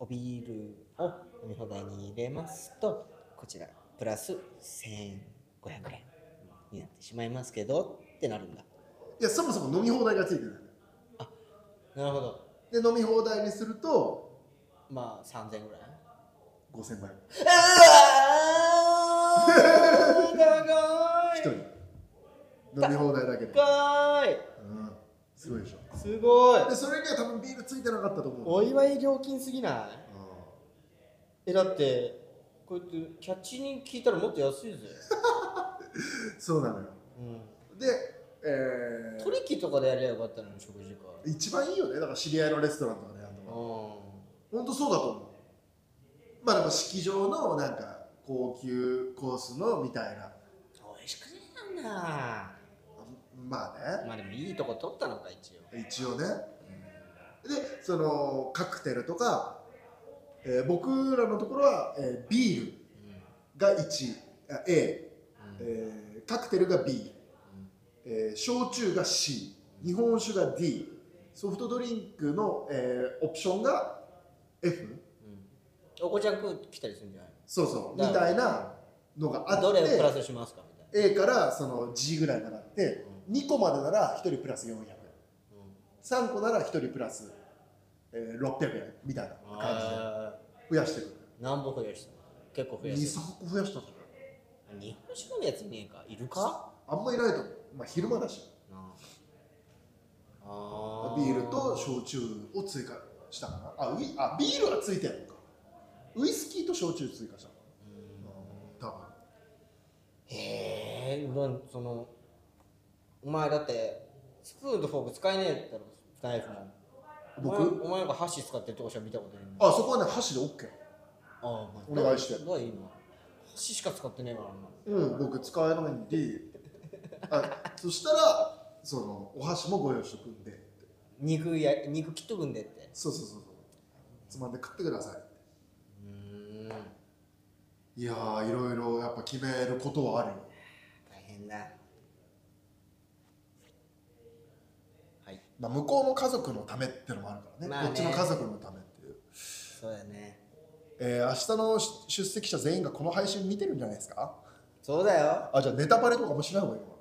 B: おビールを飲み放題に入れますとこちらプラス1500円になってしまいますけどってなるんだ
A: いやそもそも飲み放題がついてない
B: なるほど
A: で飲み放題にすると
B: まあ3000円ぐ らい
A: 5000倍
B: あー高い
A: 一人飲み放題だけで、
B: 高い
A: うん、すごいでしょ
B: すごい
A: でそれには多分ビールついてなかったと思う
B: お祝い料金すぎない
A: うん
B: えだってこうやってキャッチに聞いたらもっと安いぜ
A: そうなのよ
B: ううん
A: で、え
B: トリキとかでやりゃよかったのに食事会
A: ー、一番いいよねだから知り合いのレストランとかねあ
B: う
A: の
B: ん
A: 本当そうだと思うまあでも式場のなんか高級コースのみたいな
B: 美味しくねえなんだ
A: まあ
B: まあでもいいとこ取ったのか一応
A: ね一応ねでそのカクテルとか、えー僕らのところは、えービールが1あ A、
B: うんうん
A: えーカクテルが B、えー焼酎が C 日本酒が D ソフトドリンクの、えーオプションが F
B: うんお子ちゃん食う来たりするんじゃない
A: そうそうみ
B: だから
A: たいなのがあって
B: どれをプラスしますかみたい
A: A からその G ぐらいまであって2個までなら1人プラス400
B: な、うん
A: 3個なら1人プラス、えー600円みたいな感じで
B: あ
A: 増やしてる
B: ー何本増やしたの結構増やした
A: 23個増やしたんじゃない
B: 日本酒飲むやついねえかいるか
A: あんまいないと思う、まあ、昼間だし
B: なああ
A: ビールと焼酎を追加したかなあウイあビールはついてるのかウイスキーと焼酎追加したのかな、うん、
B: へえなんそのお前だってスプーンとフォーク使えねえだろナイフも
A: 僕
B: お前お前なんか箸使ってるとこしか見たことない
A: 多分あそこはね箸で OK
B: あ
A: お願いして
B: どういいの箸しか使ってねえからな
A: うん僕使えないんであそしたらそのお箸もご用意しとくんで
B: 肉や肉切っとくんでって
A: そうそうそうそうつまんで食ってくださ
B: うん
A: いいやーいろいろやっぱ決めることはあるよ
B: 大変だはい
A: まあ向こうの家族のためってのもあるからね,、
B: まあね
A: こっちの家族のためっていう、
B: そうだよね
A: えー、明日の出出席者全員がこの配信見てるんじゃないですか
B: そうだよ
A: あじゃあネタバレとかもしない方がいいのか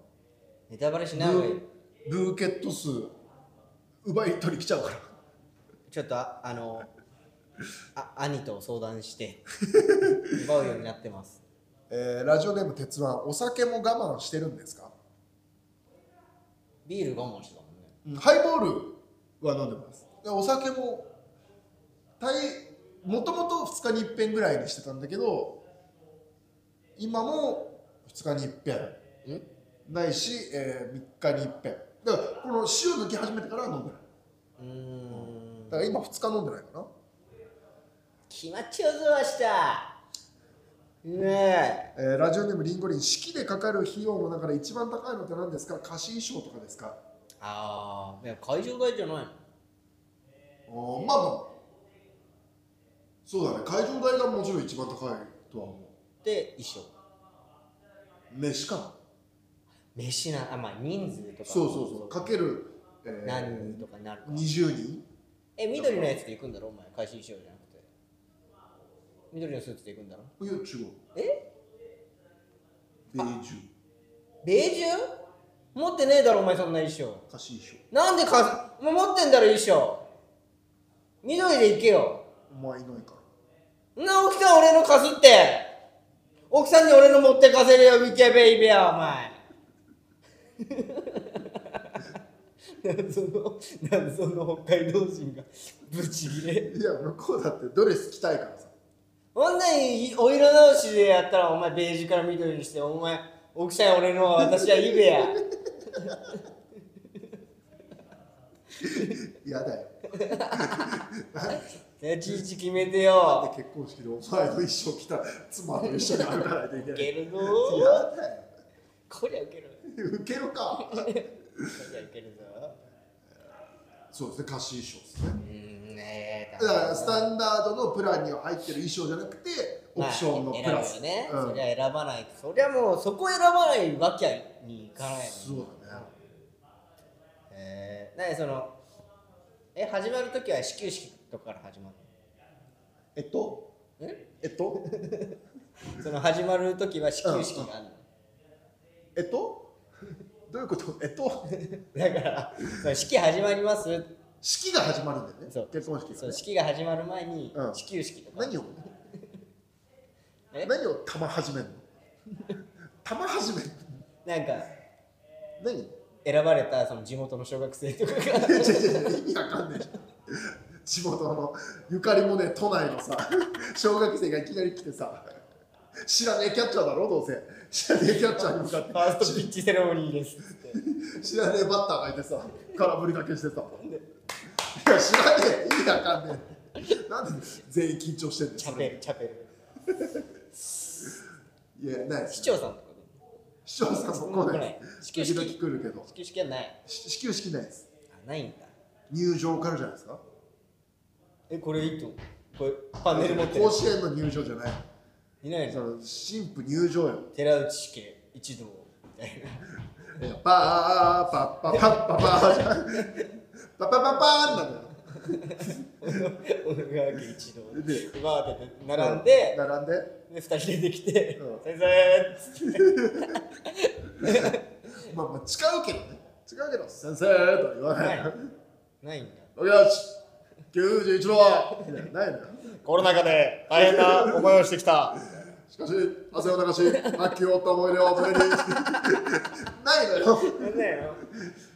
B: ネタバレしない
A: な
B: 方がいい
A: ブーブーケット数奪い取り来ちゃうから
B: ちょっとああのあ兄と相談して 奪うようになってます
A: えーラジオネーム鉄腕お酒も我慢してるんですか、
B: ビール我慢してたもんね
A: ハイボールは飲んでますでお酒も大もともと2日に1遍ぐらいにしてたんだけど今も2日に1遍
B: ん
A: ないし、え3日に1遍だからこの塩抜き始めてからは飲んでないう
B: ーん
A: だから今2日飲んでないかな
B: 決まっちゃうぞ明日ね
A: えーラジオネームリンゴリン式でかかる費用の中で一番高いのって何ですか貸し衣装とかですか
B: えああ会場代じゃないの
A: おーまあまあそうだね会場代がもちろん一番高いとは思
B: で衣装
A: う飯かな
B: 飯なあまあ人数とか
A: そうそうそうかける、えー
B: 何人とかになるか
A: 20人
B: え緑のやつで行くんだろお前会心衣装じゃなくて緑のスーツで行くんだろ
A: いや違う
B: え
A: ベージ
B: ベージュ持ってねえだろお前そんな衣装
A: ュ貸し衣
B: なんでかお前持ってんだろ衣装緑で行けよ
A: 装お前いないから
B: な奥さん俺の貸すって奥さんに俺の持ってかせるよミケベイビーはお前 謎の謎の北海道人がブチギレ
A: いや向こうだってドレス着たいからさ
B: こんなにお色直しでやったらお前ベージュから緑にしてお前奥さんや俺の私はイベや
A: 嫌だ よ
B: 立ち位置決めて
A: だ
B: よ
A: って結婚式でお前の衣装着た妻と一緒に歩かないといけ
B: ウ
A: ない
B: ケ
A: 嫌
B: るぞ
A: だよ
B: こりゃウケる
A: ウケる か
B: こりゃウケるぞ
A: そうですね貸し衣装ですね
B: うーんねえ
A: だからスタンダードのプランには入ってる衣装じゃなくてオプションのプラス、
B: まあ、選ぶよね、
A: うん
B: そりゃ選ばないそりゃもうそこ選ばないわけにいかないもん
A: そうだね
B: えー、なんでそのえ始まる時は始球式とかから始まる
A: えっと
B: のん
A: えっと
B: その始まる時は始球式があるの、
A: えっと どういうことえっと
B: だからその式始まります
A: 式が始まるんだよね
B: そう
A: 結婚式
B: そ
A: が、
B: う
A: ね、
B: 式が始まる前に
A: うん
B: 始球式とか、
A: 何を
B: え
A: 何を玉始 めんの玉始めんの
B: なんか
A: 何
B: 選ばれたその地元の小学生とかが
A: 違う違う違う意味わかんないじゃん地元のゆかりもね都内のさ小学生がいきなり来てさ知らねえキャッチャーだろどうせ知らねえキャッチャーに向かって
B: ファーストピッチセレモニーですっつって
A: 知らねえバッターがいてさ空振りだけしてさいや知らねえ意味わかんねえなんで全員緊張してん
B: チャペ
A: の
B: ルチャペル
A: いやない
B: 市長さんとか
A: 市長さんも来
B: 来
A: な
B: ないい始球
A: 時
B: 式
A: 々来るけど
B: 始球式はない
A: し始球式ないです
B: あないんだ
A: 入場からじゃないですか
B: えこれいいとこれパネル持ってる
A: 甲子園の入場じゃない
B: いない
A: そ
B: の
A: の神父入場よ
B: 寺内式一同 みたいな
A: パーパッパパッパパーじゃんパパパパーンなのよ
B: 小野川家一同
A: で
B: バーって並んで
A: 並んで
B: で2人出てきて
A: う
B: 「
A: ん
B: 先生!」っつって
A: まあまあ違うけどね違うけど先生とは言わな
B: ないい
A: のよ
B: ないんだ
A: およし91号みたいなないのよ
B: コロナ禍で大変な思いをしてきた
A: しかし汗を流し発球を負った思い出を胸にないのよ
B: なんだよ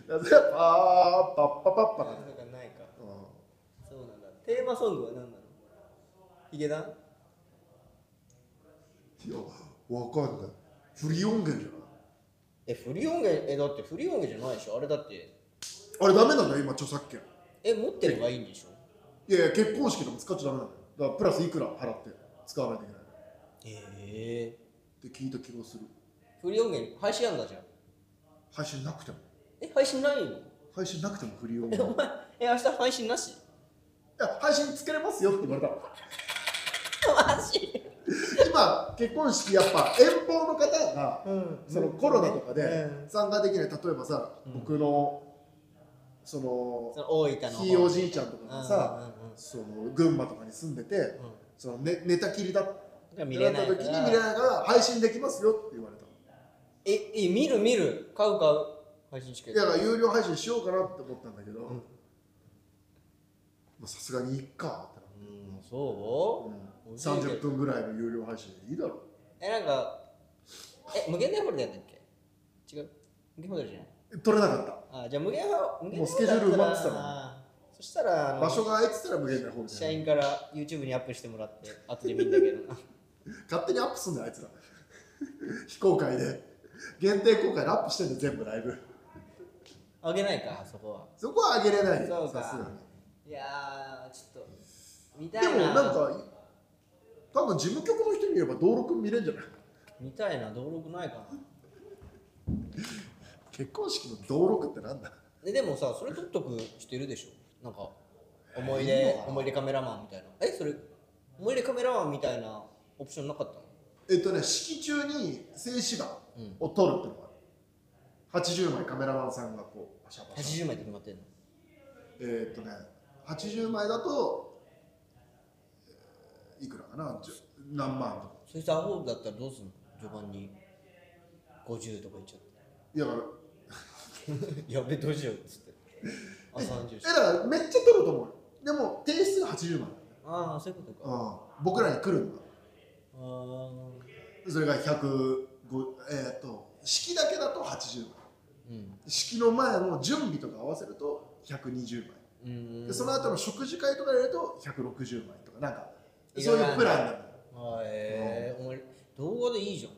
A: やっぱパッパパッパな
B: なん
A: だよ
B: かないか
A: うん
B: そうなんだテーマソングは何なのヒゲダン
A: いや、わかんない。フリ音源じゃない
B: えフリー音源えだってフリー音源じゃないでしょあれだって
A: あれダメなんだよ、今著作権。
B: え持ってればいいんでしょ
A: いやいや、結婚式でも使っちゃダメなんだよ。だからプラスいくら払って使わないといけない。
B: ええ
A: って聞いた気がする。
B: フリー音源配信あんだじゃん
A: 配信なくても。
B: え配信ないの
A: 配信なくてもフリ音
B: えお
A: 源。い
B: 前え明日配信なし
A: や、配信つけれますよって言われた。
B: マジ
A: 今、結婚式やっぱ遠方の方が、
B: うん
A: そのコロナとかで
B: うん
A: 参加できない、例えばさ、
B: うん
A: 僕の、その
B: そ、の大分の方
A: ひいおじいちゃんとかがさ、
B: うんうんうん
A: その群馬とかに住んでて、
B: うん
A: そのね寝たきりだっ
B: が
A: 見
B: 見れ
A: れ
B: な
A: ないい
B: か
A: 時に見れ
B: ら
A: ないから配信できますよって言われた
B: ええ見る見る買う買う配信チケッ
A: いや
B: ト
A: だから有料配信しようかなって思ったんだけどまあさすがにいっかって
B: うんそ
A: なう
B: う、
A: ん、
B: 欲しいけ
A: 30
B: ど
A: 分ぐらいの有料配信でいいだろ
B: えなんかえ無限大ホールでやったっけ違う無限ホールじゃない
A: 取れなかっ
B: あじゃあ無限は無限
A: もうスケジュール埋まってたの
B: のそしたらあ
A: た
B: の
A: 場所が空いてたら無限大ホール
B: 社
A: で
B: 員から YouTube にアップしてもらって後で見んだけ どな
A: 勝手にアップすんだよあいつら 非公開で限定公開でアップしてんだよ全部ライブ
B: あげないかそこは
A: そこは上げれない
B: そ
A: よ
B: うか
A: さすがに
B: いやーちょっと見たい
A: で
B: な
A: もなんか多分事務局の人に言えば登録見れんじゃない
B: 見たいな登録ないかな
A: 結婚式の登録ってなんだ
B: えでもさそれ撮っとく人いるでしょなんか思
A: い
B: い
A: いの
B: 出
A: かな
B: 思い出カメラマンみたいなえそれ思い出カメラマンみたいなオプションなかったの
A: えっとね、式中に静止画
B: うん
A: を撮るってのがある、80枚カメラマンさんがこうパシャパシャ
B: 80枚で決まってんの
A: えっとね80枚だと、えーいくらかなじゅ何万とか
B: それさアホだったらどうすんの序盤に50とかいっちゃっ
A: いやだか
B: て やべどうしようっつってあ30
A: らえだからめっちゃ撮ると思うよでも定数が80枚、
B: ああそういうことか
A: うん、僕らに来るんだ
B: あー
A: それが105えっ、と式だけだと80枚
B: うん
A: 式の前の準備とか合わせると120枚
B: うー
A: で
B: ん
A: その後の食事会とか入れると160枚とかなんか
B: い
A: そ
B: ろ
A: う
B: いろ
A: いうプランなの
B: あーえーお前動画でいいじゃん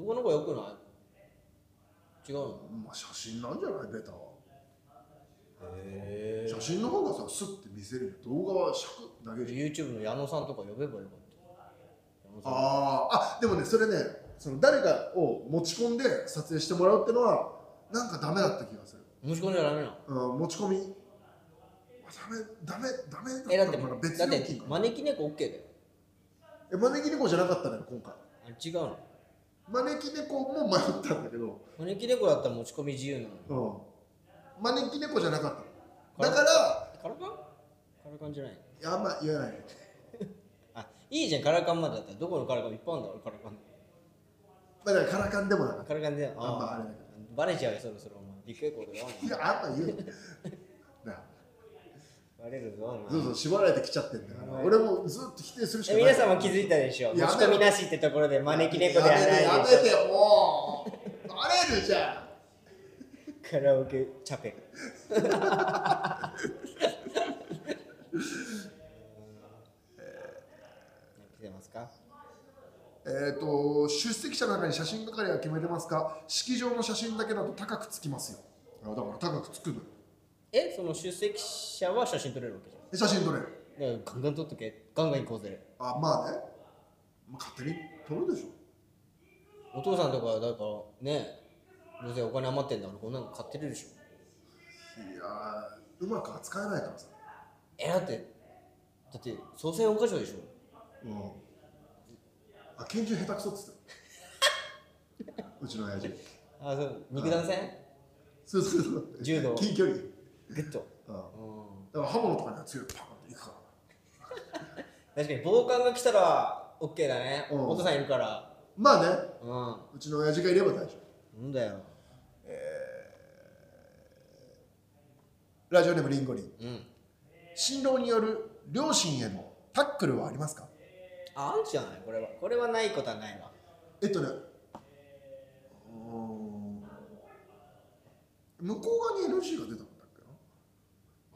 B: 動画の方がよくない違うの
A: まあ写真なんじゃないベタは
B: へえ
A: 写真の方がさスッて見せるよ動画は尺だけじ
B: YouTube の矢野さんとか呼べばよかった矢野
A: ゃ
B: さ
A: ん
B: ん
A: あーあでもねそれねその誰かを持ち込んで撮影してもらうってのはなんかダメだった気がする、
B: 持ち込んじゃダメなの
A: うん、持ち込みダメダメダメ
B: えだって
A: のかな別
B: だ
A: 料
B: って
A: 金かな
B: 招き猫 OK だよ
A: え招き猫じゃなかったのよ今回
B: あ違うの
A: 招き猫も迷ったんだけど、
B: 招き猫だったら持ち込み自由なの
A: うん、招き猫じゃなかったのだか
B: カラ
A: ら
B: カラカンカラカンじゃない
A: いやあんま言わないね
B: あいいじゃんカラカンまでだったらどこのカラカンいっぱいあるんだろカラカン
A: まあだからカラカンでもなかっ
B: カラカンであ
A: あんまあれだけ
B: ーバレちゃうよそろそろお前ビッグエコーだよ
A: たいやあんま言うなな
B: お前バレるぞお
A: ずっ
B: 前
A: と縛られてきちゃってんだから、
B: はい
A: 俺もずっと否定するしか
B: え
A: ない
B: 皆さんも気づいたでしょ
A: い
B: 持ち
A: や
B: 込みなしってところで招き猫ではない
A: やめてや
B: で
A: め
B: して
A: よもうバレるじゃん
B: ょカラオケチャペル来てますか
A: えー、と出席者の中に写真係は決めれますか式場の写真だけだと高くつきますよあだから高くつくのよ
B: えその出席者は写真撮れるわけじゃん
A: で写真撮れる
B: だからガンガン撮っとけガンガン行こうぜ
A: あまあね、まあ、勝手に撮るでしょ
B: お父さんとかだからねどうせお金余ってんだからこんなの買ってるでしょ
A: いやーうまく扱えないからさ、
B: えだってだって総裁4か所でしょ
A: うん、あ拳銃下手くそっつってた うちの親父
B: あそう肉弾戦
A: そうそうそう
B: 柔道
A: 近距離、うん、
B: グッと
A: だか
B: うん
A: ら刃物とかには強いパーンっていくから
B: 確かに暴漢が来たら OK だね、
A: うん
B: お父さんいるから
A: まあね
B: うんな
A: うちの親父がいれば大丈夫
B: んだよ
A: ラジオネームリンゴリン
B: うん
A: 新郎による両親へのタックルはありますか
B: ああんじゃないこれはこれはないことはないわ
A: えっとねうーん向こう側に NG が出たんだっ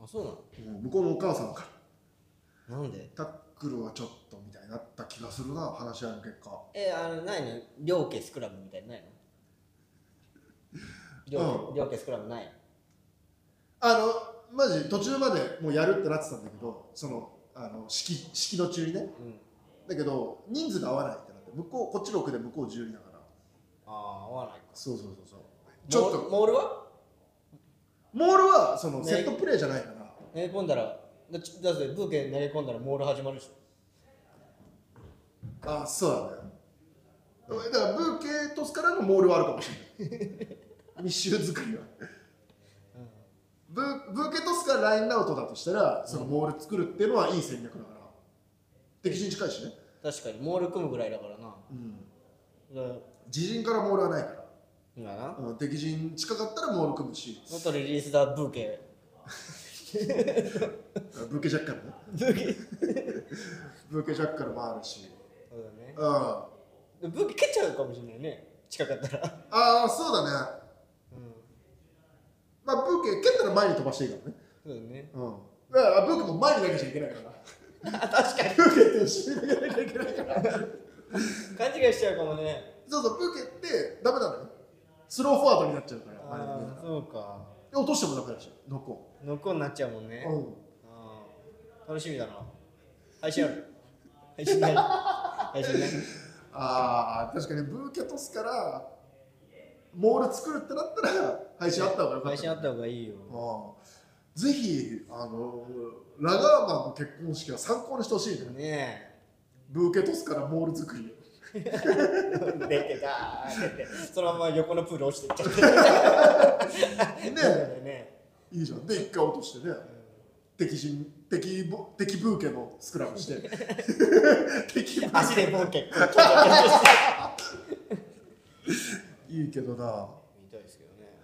B: あそうなの
A: けな、うん向こうのお母さんから
B: なんで
A: タックルはちょっとみたいになった気がするな話し合いの結果
B: えあのないの両家スクラムみたいなのないの両家,、
A: うん
B: 両家スクラムない
A: あのマジ途中までもうやるってなってたんだけどそのあの式式の中にね
B: うん
A: だけど人数が合わないってなって向こうこっち6で向こう12だから
B: ああ合わないか
A: そうそうそうそうちょっと
B: モールモールは
A: モールはその
B: ね
A: セットプレーじゃないから、
B: 投げ込んだらだちだってブーケ投げ込んだらモール始まるでしょ
A: あそうだねだからブーケトスからのモールはあるかもしれ ない密集作りはブーブーケトスからラインアウトだとしたらそのモール作るっていうのはいい戦略だから敵陣近いしね、
B: 確かにモール組むぐらいだからな
A: うん、
B: だか
A: 自陣からモールはないから
B: だな
A: ら、うん、敵陣近かったらモール組むし
B: もっとリリースだブーケ
A: ブーケジャッカルね
B: ブーケ
A: ブーケジャッカルもあるし、
B: そうだね
A: うん、あ
B: でブーケ蹴っちゃうかもしれないね近かったら
A: あそうだね
B: うん
A: まあブーケ蹴ったら前に飛ばしていいからね
B: そうだね
A: うんだからブーケも前に投げちゃいけないから
B: あ確かに
A: ブーケって一緒に投げなきゃいけないから
B: 勘違いしちゃうかもね
A: そうそうブーケってダメなのよスローフォワードになっちゃうから前に
B: あ
A: 投げた
B: あ
A: ら
B: そうか
A: で落としてもダメだしノックオン
B: ノックオンになっちゃうもんね
A: うん
B: あー楽しみだな配信ある配信ない配信ない
A: ああ確かにブーケトスからモール作るってなったら配信あった方がよかった
B: 配信あった方がいいよ
A: ああぜひあのラガーマンの結婚式は参考にしてほしいね
B: ね
A: ブーケトスからモール作り
B: え出てた出てそのまま横のプール落ちてっちゃって
A: ね
B: ね
A: いいじゃんで一回落としてね敵陣敵ボ敵ブーケのスクラムして 敵ブー
B: 足でボンケ
A: いいけどな
B: 見たいですけどね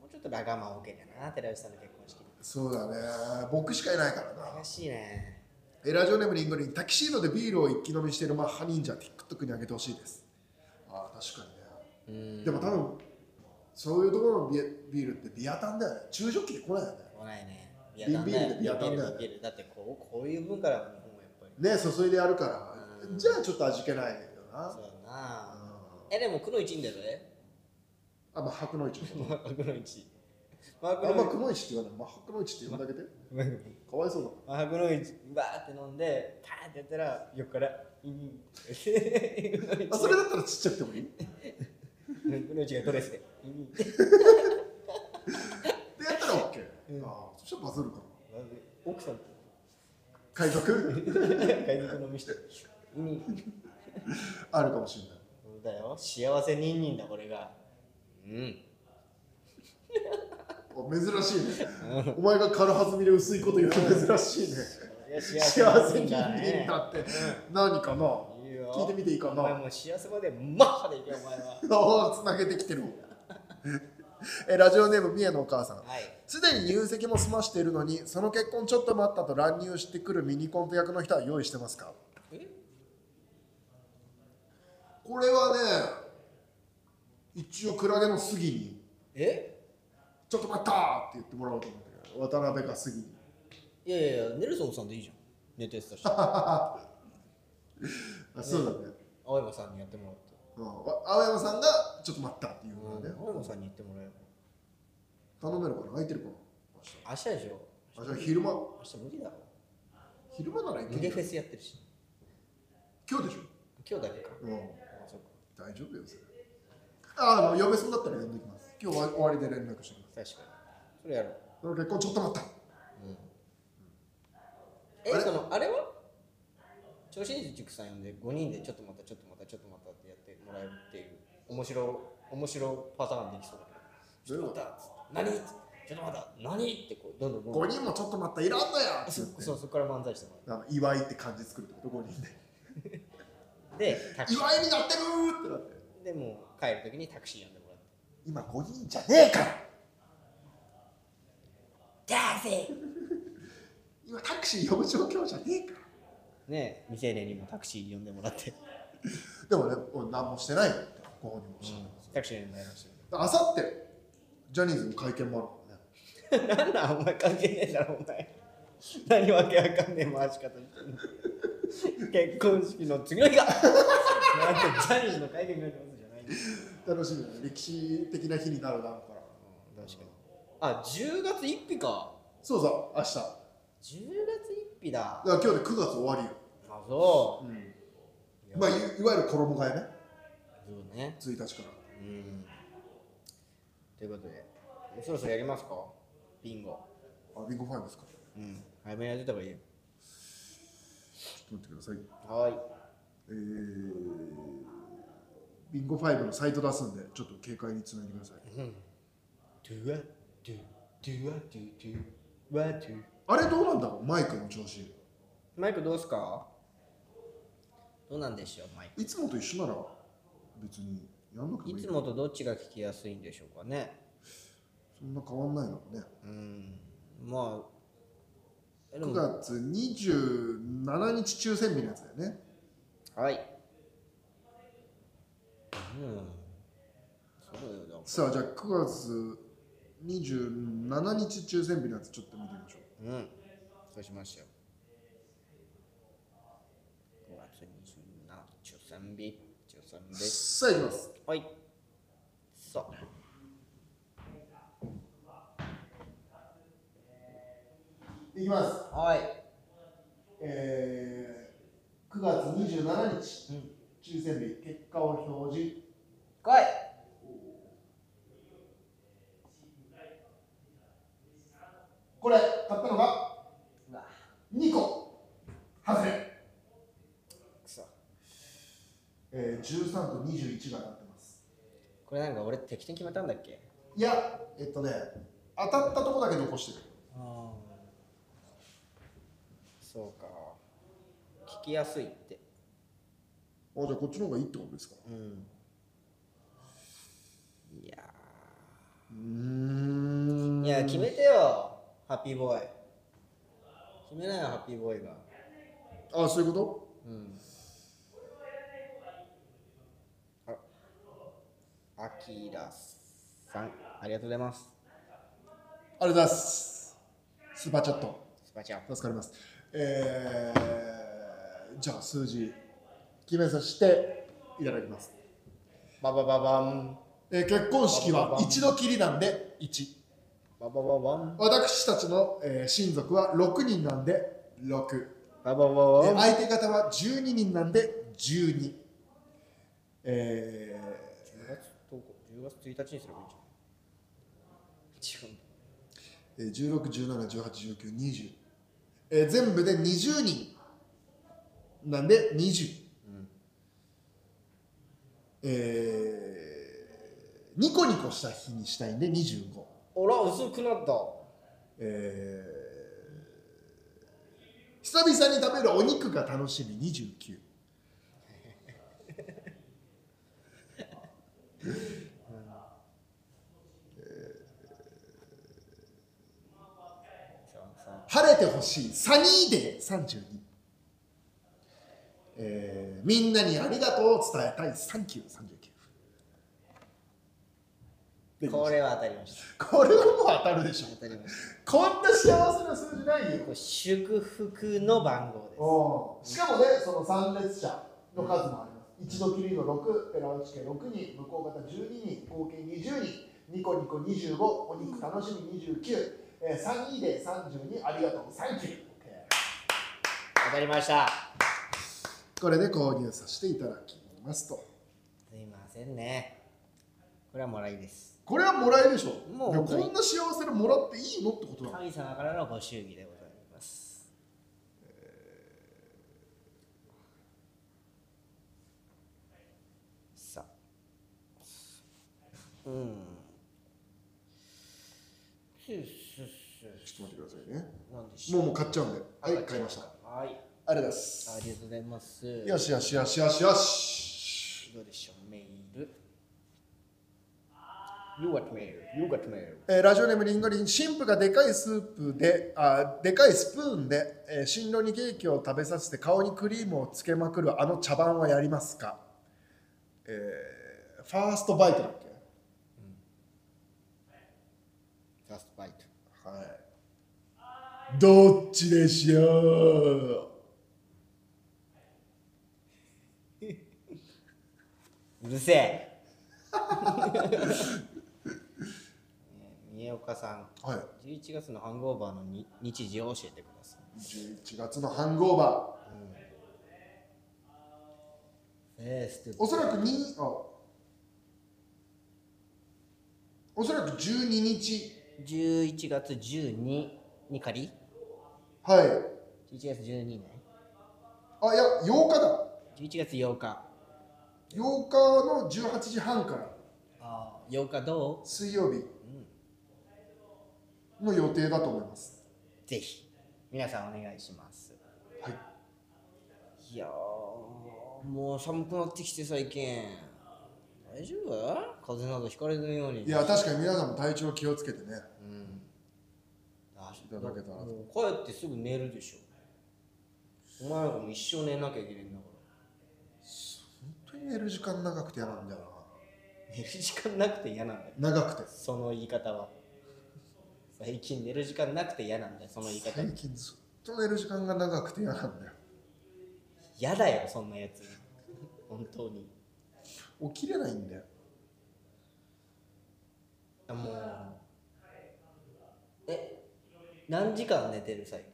B: もうちょっとラガマン OK だな寺内さんの結婚式
A: そうだね僕しかいないからな
B: 悲しいね
A: えラジオネームリンゴリンタキシードでビールを一気飲みしてるマッハ忍者 TikTok にあげてほしいですああ確かにね
B: うん
A: でも多分そういうところのビエビールってビアタンだよね中ジョッキで来ないよね
B: 来ないねビ
A: 瓶ビールでビアタンだよね
B: ビールだってこうこういう文化だもん日本はやっぱり
A: ね注いでやるから、
B: うん
A: じゃあちょっと味気ないよな
B: そうだなえでもくのいちいいんだよね
A: あまあ白の市のこ
B: マークの1。マー
A: とあんま
B: ク
A: くの市って言わない、まあ、白の市って呼んだけで
B: の1。
A: かわいそうだ
B: マークの1、バーって飲んで、パーってやったら、横から、イン。
A: あそれだったらちっちゃくてもいいで
B: くの1がドレスで。イン
A: やったら OK、
B: うん
A: ああそしたらバズるかな
B: 奥さんと
A: 海 賊
B: 外国飲みして。イン。
A: あるかもしれない
B: そうだよ。幸せニンニンだ、これが。うん。
A: お珍しいねお前が軽はずみで薄いこと言うと珍しいね
B: これが
A: 幸せに
B: だ
A: 人
B: ね。
A: だって何かな、
B: いいよ
A: 聞いてみていいか
B: お前
A: な
B: もう幸せまでマッハでいけよ、お前は。
A: おつなげてきてる えラジオネーム三重のお母さん
B: はい。
A: すでに入籍も済ましているのにその結婚ちょっと待ったと乱入してくるミニコント役の人は用意してますか
B: え
A: これはね一応クラゲの杉に
B: え
A: 「ちょっと待った!」って言ってもらおうと思うんだけど渡辺が杉に
B: いやいやいや、ネルソンさんでいいじゃん。寝てたし。
A: あそうだね
B: 青山さんにやってもらって
A: うんわ青山さんがちょっと待ったっていうので、
B: うん青山さんに言ってもらえば
A: 頼めるかな空いてるかな
B: 明日でしょ
A: あじゃあ昼間
B: 明日無理だろ
A: 昼間なら行ける
B: 無理
A: よ
B: フェスやってるし
A: 今日でしょ、
B: 今日だけか
A: うん、
B: あそっか
A: 大丈夫よそれああの呼べそうだったら呼んできます今日は終わりで連絡してきま
B: 確かにそれやろう
A: すその結婚ちょっと待った
B: え
A: あれ
B: そのあれは調子いい塾さん呼んで5人でちょっとまたちょっとまたちょっとまたってやってもらえるっていう面白面白パターンできそうだけどち
A: ど
B: ょ
A: ういう
B: っ
A: こと
B: またつって何つってちょっとまた何ってこうどんどんどんどん
A: 5人もちょっと待ったいらんのや
B: あ
A: つ
B: そ
A: っ
B: う
A: て
B: そうそこから漫才してもら
A: あの祝いって感じ作るってこと5人で
B: うでタクシ
A: 祝いになってるーってなって
B: ーでもう帰る時にタクシー呼んでもらって
A: 今5人じゃねえから
B: じゃあせ
A: 今タクシー呼ぶ状況じゃねえから
B: ね未成年にもタクシー呼んでもらって
A: でもね俺何もしてないよご本人もしてない
B: タクシー呼んでもらいまし
A: あさってジャニーズの会見もあるからね
B: たなんだお前関係ねえだろお前何わけわかんねえ回し方してんの結婚式の次の日がなんてジャニーズの会見がありますじゃないんだよ
A: 楽しみだね歴史的な日になるなから
B: うん確かにあ10月1日か
A: そうそう明日だか
B: 10月1日だあ
A: ら今日で9月終わりよ、
B: そういや
A: まあいいわゆる衣替えね
B: そうね
A: 1日から
B: うんということでそろそろやりますかビンゴ
A: あビンゴファインですか
B: うん早めにやってた方がいいよ
A: ちょっと待ってください
B: はーい
A: えー、ビンゴファイブのサイト出すんでちょっと警戒につないでください
B: ドゥワドゥドゥワドゥドゥワドゥ
A: あれどうなんだろうマイクの調子
B: マイクどうすかどうなんでしょうマイ
A: いつもと一緒なら別にやんなく
B: ク
A: ても
B: い
A: いい
B: つもとどっちが聞きやすいんでしょうかね
A: そんな変わんないのね
B: うんまあえで
A: 9
B: も
A: 月27日抽選日のやつだよね
B: はいうんそうよだ
A: さあじゃあ9月27日抽選日のやつちょっと見てみましょう
B: うんそうしましたよ5月27日13日13日
A: さあいきます
B: はい。さあ。
A: いきます
B: はい。
A: えー、9月27日、
B: うん
A: 抽選日結果を表示
B: 来い。
A: これ買ったのが2個外れ、
B: くそ。
A: えー、13と21がなってます
B: これなんか俺適当に決めたんだっけ
A: いやえっとね当たったとこだけ残してる
B: ああ。そうか。聞きやすいって。
A: あじゃあこっちの方がいいってことですか
B: うん。いや
A: うー
B: ー。
A: ん
B: いや、決めてよ。ハッピーボーイ。決めなよ、ハッピーボーイが。
A: あそういうこ
B: うん。ああきらさん、ありがとうございます。
A: とありがとうございますスーパーチャット
B: スパチャ。
A: 助かりますえー、じゃあ数字決めさせていただきます、
B: ババババン。
A: えー結婚式は一度きりなんで1
B: ババババン。
A: 私たちの、えー親族は6人なんで6え
B: ババババ
A: ー
B: ン。
A: 相手方は12人なんで12え
B: 10月投稿10月1日にすればいいんじゃん違うん
A: ー、
B: だ
A: えー1617181920、えー全部で20人なんで20、えーニコニコした日にしたいんで25
B: あら薄くなった
A: えー久々に食べるお肉が楽しみ29晴れてほしいサニーデー32、えーみんなにありがとうを伝えたいサンキュー39で
B: これは当たりました
A: これはもう当たるでしょ
B: 当たりました
A: こんな幸せな数字ないよ
B: これ祝福の番号です
A: おうしかもね、その参列者の数もあります。一度きりの6、寺内家6人、向こう方12人、合計20人、ニコニコ25、お肉楽しみ29、えー、3位で32、ありがとう、サンキュー。
B: 当たりました
A: これで購入させていただきますと。
B: すいませんねこれはもらいです
A: これはもらえるでしょ。
B: もう
A: いやこんな幸せでもらっていいのってことだ。
B: 神様からのご祝儀でございますさあうんシュッシュッシ
A: ちょっと待ってくださいね。
B: ュなんでし
A: も
B: ょ
A: うもう買っちゃうんで。はい、買いました。あ
B: はい
A: りがとうございます。
B: ありがとうございます
A: よしよしよしよしよし。
B: どうでしょうメール You got mail You got mail
A: えーラジオネームリンゴリン、神父がでかいスープで、あでかいスプーンで、えー新郎にケーキを食べさせて顔にクリームをつけまくるあの茶番はやりますか、えーファーストバイトだっけ
B: ラストバイト
A: はい。どっちでしょ
B: うるせ え三重岡さん
A: うはい。
B: 11月のハングオーバーのに日時を教えてください
A: 11月のハングオーバー。
B: えー、ステップ
A: おそらく2、あおそらく12日。
B: 11月12に仮
A: はい。
B: 11月12ね
A: あ、いや、8日だ。
B: 11月8日
A: 8日の18時半から
B: ああ8日ど
A: 水曜日の予定だと思います。
B: うぜひ皆さんお願いします
A: はい。
B: いやーもう寒くなってきて最近大丈夫風邪などひかれぬように
A: いや、確かに皆さんも体調気をつけてね。
B: うん大丈
A: いただけたらと
B: もう帰ってすぐ寝るでしょお前らも一生寝なきゃいけないんだか
A: 本当に寝る時間長くて嫌なんだよ
B: ら寝る時間なくて嫌なんだよ
A: な。長くて。
B: その言い方は最近寝る時間なくて嫌なんだよその言い方
A: 最近ずっと寝る時間が長くて嫌なんだよ。
B: 嫌だよそんなやつ本当に
A: 起きれないんだよ。
B: あもうえ何時間寝てる最近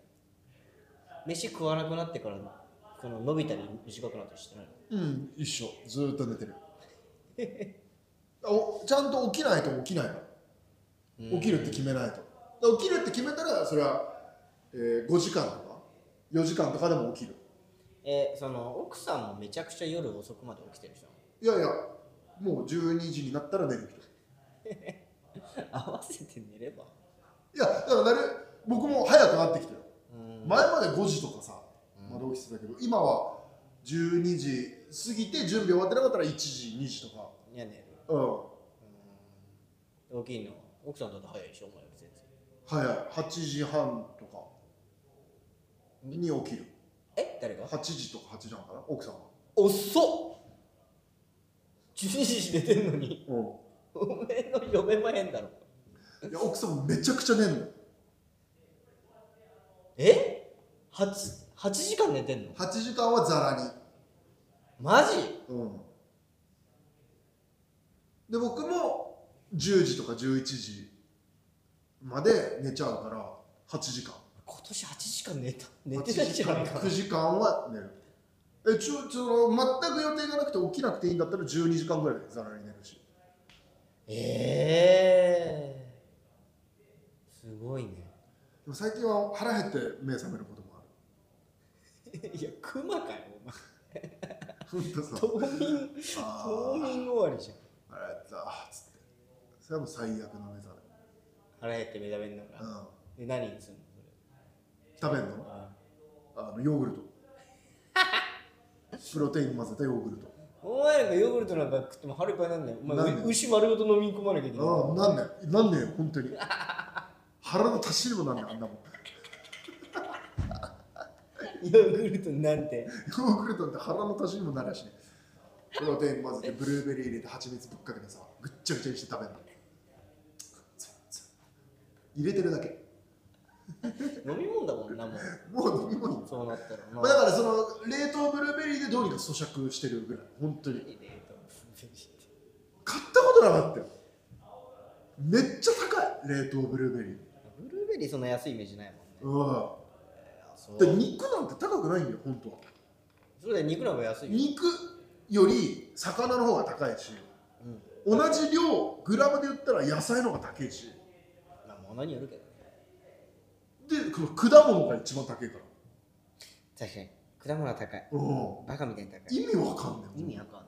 B: 飯食わなくなってからこの伸びたり短くなったりしてないの
A: うん、一緒。ずーっと寝て る。おちゃんと起きないと起きないの。起きるって決めないと。で起きるって決めたら、それは、えー、5時間とか4時間とかでも起きる。
B: えその奥さんもめちゃくちゃ夜遅くまで起きてる人
A: いやいや、もう12時になったら寝る人。
B: なの合わせて寝れば
A: いや、だからなる僕も早くなってきてる。
B: うん
A: 前まで5時とかさ、まだ起きてたけど、今は12時過ぎて準備終わってなかったら1時、2時とか。
B: いや寝る
A: う
B: 大きいの奥さんだと早いでしょお前より全然
A: ん。早い。8時半とかに起きる。
B: え誰が
A: 8時とか8時半かな、奥さんは。
B: 遅っ12時寝てんのに
A: う
B: お前の嫁も変だろ
A: ん。いや、奥さんもめちゃくちゃ寝んの。
B: え八 8, 時間寝てんの
A: 8時間はざらに。
B: マジ
A: うん。で、僕も10時とか11時まで寝ちゃうから、8時間。
B: 今年8時間寝た寝てないじゃないか
A: 9時間は寝る。え、ちょ、ちょ、全く予定がなくて起きなくていいんだったら12時間ぐらいでざらに寝るし。
B: ええすごいね
A: でも最近は腹減って目覚めることもある。
B: いやクマかよ
A: ほんと さ、
B: お前冬眠
A: あ
B: 冬眠終わりじゃん
A: ー腹減った、つって。それはもう最悪の目覚め。
B: 腹減って目覚めんだから、
A: うん。
B: で何にするの
A: 食べんのあの、ヨーグル ト。プロテイン混ぜたヨーグルト。
B: それお前なんかヨーグルトなんか食っても腹いっぱいなんだよお前
A: なんで
B: 牛丸ごと飲み込まなきゃいけない
A: ああ、なんねん、なんねん、本当に。腹の足しにもなんねん、あんなもん。
B: ヨーグルトなんて
A: ヨーグルトって腹の足しにもならしね。プロテイン混ぜて、ブルーベリー入れて、蜂蜜ぶっかけてさ、ぐっちゃぐちゃにして食べるの。入れてるだけ。
B: 飲み物だもんなもう
A: もう飲み物
B: そうなったらな
A: まあ、だからその冷凍ブルーベリーでどうにか咀嚼してるぐらい本当に
B: いいねと思って
A: 買ったことなかったよめっちゃ高い冷凍ブルーベリー
B: ブルーベリーそんな安いイメージないもんね
A: う
B: そ
A: んで
B: う
A: 肉なんて高くないんだよ本当は
B: それで肉の方が安いよ、
A: 肉より魚の方が高いし
B: うん
A: 同じ量グラムで言ったら野菜の方が高いし
B: まあ、物によるけどね
A: でこの果物が一番高いから
B: 確かに果物は高い
A: うん
B: バカみたいに高い
A: 意味わかんない
B: 意味わかんない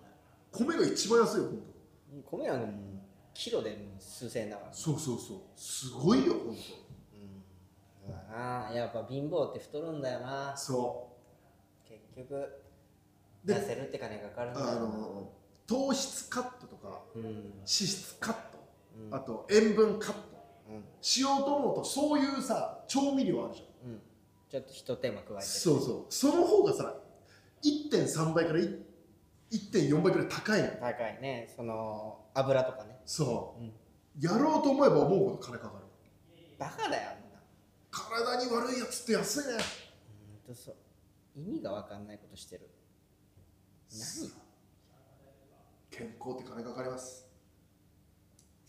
A: 米が一番安いよ本
B: うん米なんかもうキロでもう数千円だから
A: 当そうそうそうすごいよ本
B: うんまあやっぱ貧乏って太るんだよな
A: 当そ
B: 結局
A: うで
B: 痩せるって金がかかるんだよな
A: あの糖質カットとか
B: うん、
A: 脂質カット
B: うん
A: あと塩分カット
B: うん
A: しようと思うとそういうさ調味料あるじゃん
B: うんちょっとひと手間加えて
A: そうそうその方がさ1.3倍からい1.4倍くらい高いの
B: 高いねその油とかね
A: そう、
B: うん
A: やろうと思えば思うほど金かかる
B: バカだよあんな
A: 体に悪いやつって安いね
B: ほんとそう意味がわかんないことしてる何
A: 健康って金かかります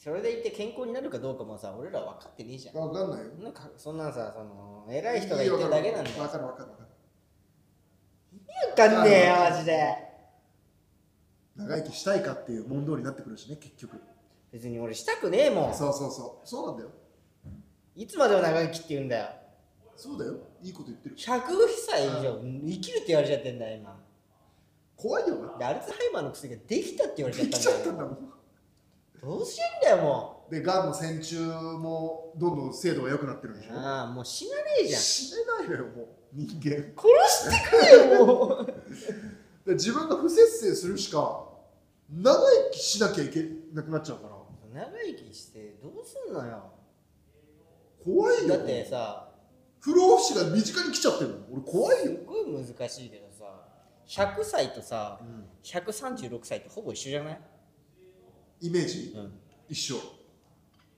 B: それでいて健康になるかどうかもさ俺ら分かってねえじゃん
A: わかんないよ
B: そんなかそんなんさその偉い人が言ってるだけなんだよ
A: わかるわかるわかる
B: 分かんねえよマジで
A: 長生きしたいかっていう問答になってくるしね結局
B: 別に俺したくねえもん
A: そうそうそうそうなんだよ
B: いつまでも長生きって言うんだよ
A: そうだよいいこと言ってる
B: 100歳以上生きるって言われちゃってんだよ今
A: 怖いよな
B: でアルツハイマーの薬ができたって言われ ちゃ
A: で
B: っ
A: き
B: たん
A: ちゃっ
B: だ
A: た
B: よ
A: んだもん
B: どうしようんだよも
A: で、がんの線虫もどんどん精度が良くなってるんでし
B: う
A: ょ
B: ああもう死なねえじゃん
A: 死ねないのよ、もう人間。
B: 殺してくれよもう
A: で自分が不節制するしか長生きしなきゃいけなくなっちゃうから。
B: 長生きしてどうすんのよ
A: 怖いよ。
B: だってさ
A: 不老不死が身近に来ちゃってるの。俺怖い
B: す
A: よ。
B: っごい難しいけどさ100歳とさ
A: うん
B: 136歳ってほぼ一緒じゃない
A: イメージ、
B: ん
A: 一緒。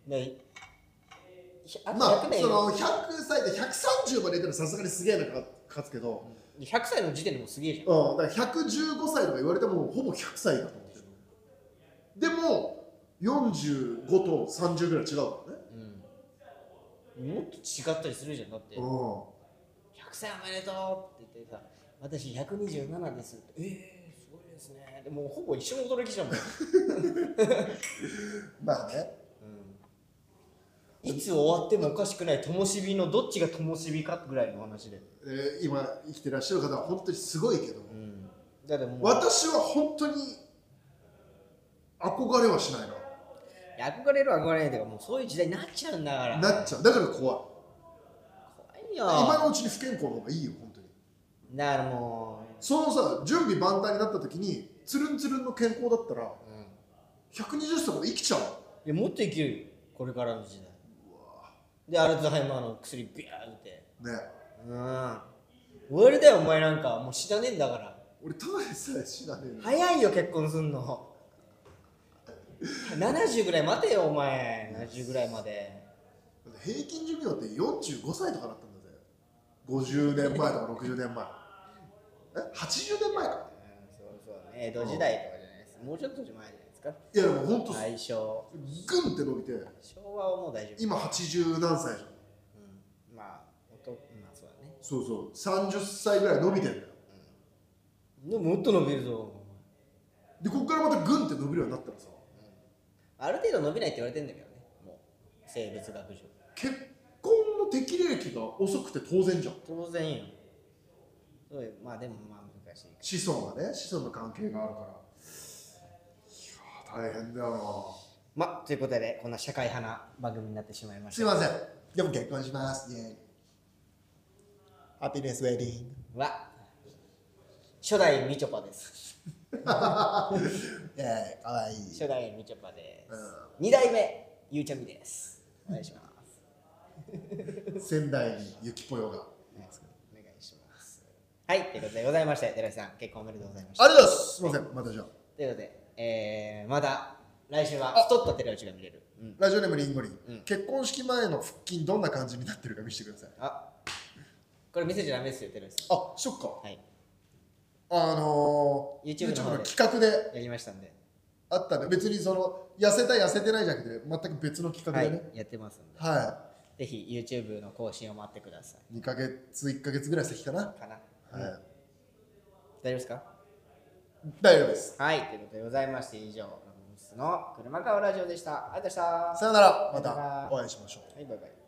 B: であと
A: まあ
B: 100、年
A: その100歳で130までいったらさすがにすげえなか勝つけど、
B: 100歳の時点でもうすげえじゃん
A: うん、だから115歳とか言われてもほぼ100歳だと思ってる。でも、45と30ぐらい違うからね。
B: うん、もっと違ったりするじゃんだって「100
A: うん
B: 歳おめでとう」って言ってさ「私127です」って「えー、すごいですね」でもうほぼ一緒の驚きじゃんもう、
A: まあね。
B: いつ終わってもおかしくない灯火のどっちが灯火かぐらいの話で、
A: えー今生きてらっしゃる方は本当にすごいけど、
B: うん、だってもう
A: 私は本当に憧れはしない
B: いや憧れる憧れないとかもうそういう時代になっちゃうんだから
A: ななっちゃうだから怖い
B: 怖いよ
A: 今のうちに不健康の方がいいよ本当に
B: だからも
A: そのさ準備万端になった時につるんつるんの健康だったら
B: う、うん、
A: 120歳まで生きちゃう
B: いやもっと生きるよこれからの時代でアルツハイマーの薬ビャー打って
A: ね
B: うん終わりだよお前なんかもう死なねえんだから
A: 俺ただでさえ死なねえのに
B: 早いよ結婚す んの70ぐらい待てよお前70ぐらいまで
A: だって平均寿命って45歳とかだったんだぜ50年前とか60年前え80年前か
B: うんそうそうね江戸時代とかじゃないですもうちょっと前じゃないですか
A: いやでも本当
B: 大正
A: グンって伸びて
B: 昭和はもう大丈夫
A: 今80何歳じゃん
B: うんまあ男まあそうだね
A: そうそう30歳ぐらい伸びてんだよ
B: でももっと伸びるぞ
A: でこっからまたグンって伸びるようになったらさ
B: ある程度伸びないって言われてんだけどねもう生物学上
A: 結婚の適齢期が遅くて当然じゃん
B: 当然よそうよまあでもまあ難しい
A: 子孫がね子孫の関係があるからいやー大変だよな
B: まあということでこんな社会派な番組になってしまいました
A: すいませんでも結婚しますイェーイハピネスウ ェディング
B: は初代みちょぱです
A: イェーイかわいい
B: 初代みちょぱです、
A: うん
B: 二代目ゆうちゃみですお願いします
A: 仙台に雪ぽよが
B: お願いしますはいということでございまして寺地さん結婚おめでとうございました
A: ありがとうございますすいませんまたじゃあ
B: ということで、えー、まだ来週は太った寺内が見れる、ううん
A: ラジオネームリンゴリン、
B: うん
A: 結婚式前の腹筋どんな感じになってるか見せてください
B: あこれ見せちゃダメですよ、寺内さ
A: あそっか
B: ん。はい。
A: あのー、
B: YouTube の方で
A: 企画で
B: やりましたんで。
A: あったんで別にその痩せた痩せてないじゃなくて全く別の企画
B: は
A: で
B: い
A: ね。
B: やってますんで。
A: はい、
B: ぜひ YouTube の更新を待ってくださ
A: 2ヶ月1ヶ月ぐらい先かな、
B: い。かな。
A: はい、
B: 大丈夫ですか
A: 大丈夫です
B: はい。ということでございまして、以上、ラブミスの車買うラジオでした。ありがとうございました。
A: さよならま
B: さよなら
A: たお会いしましょう
B: はい、バイバイ。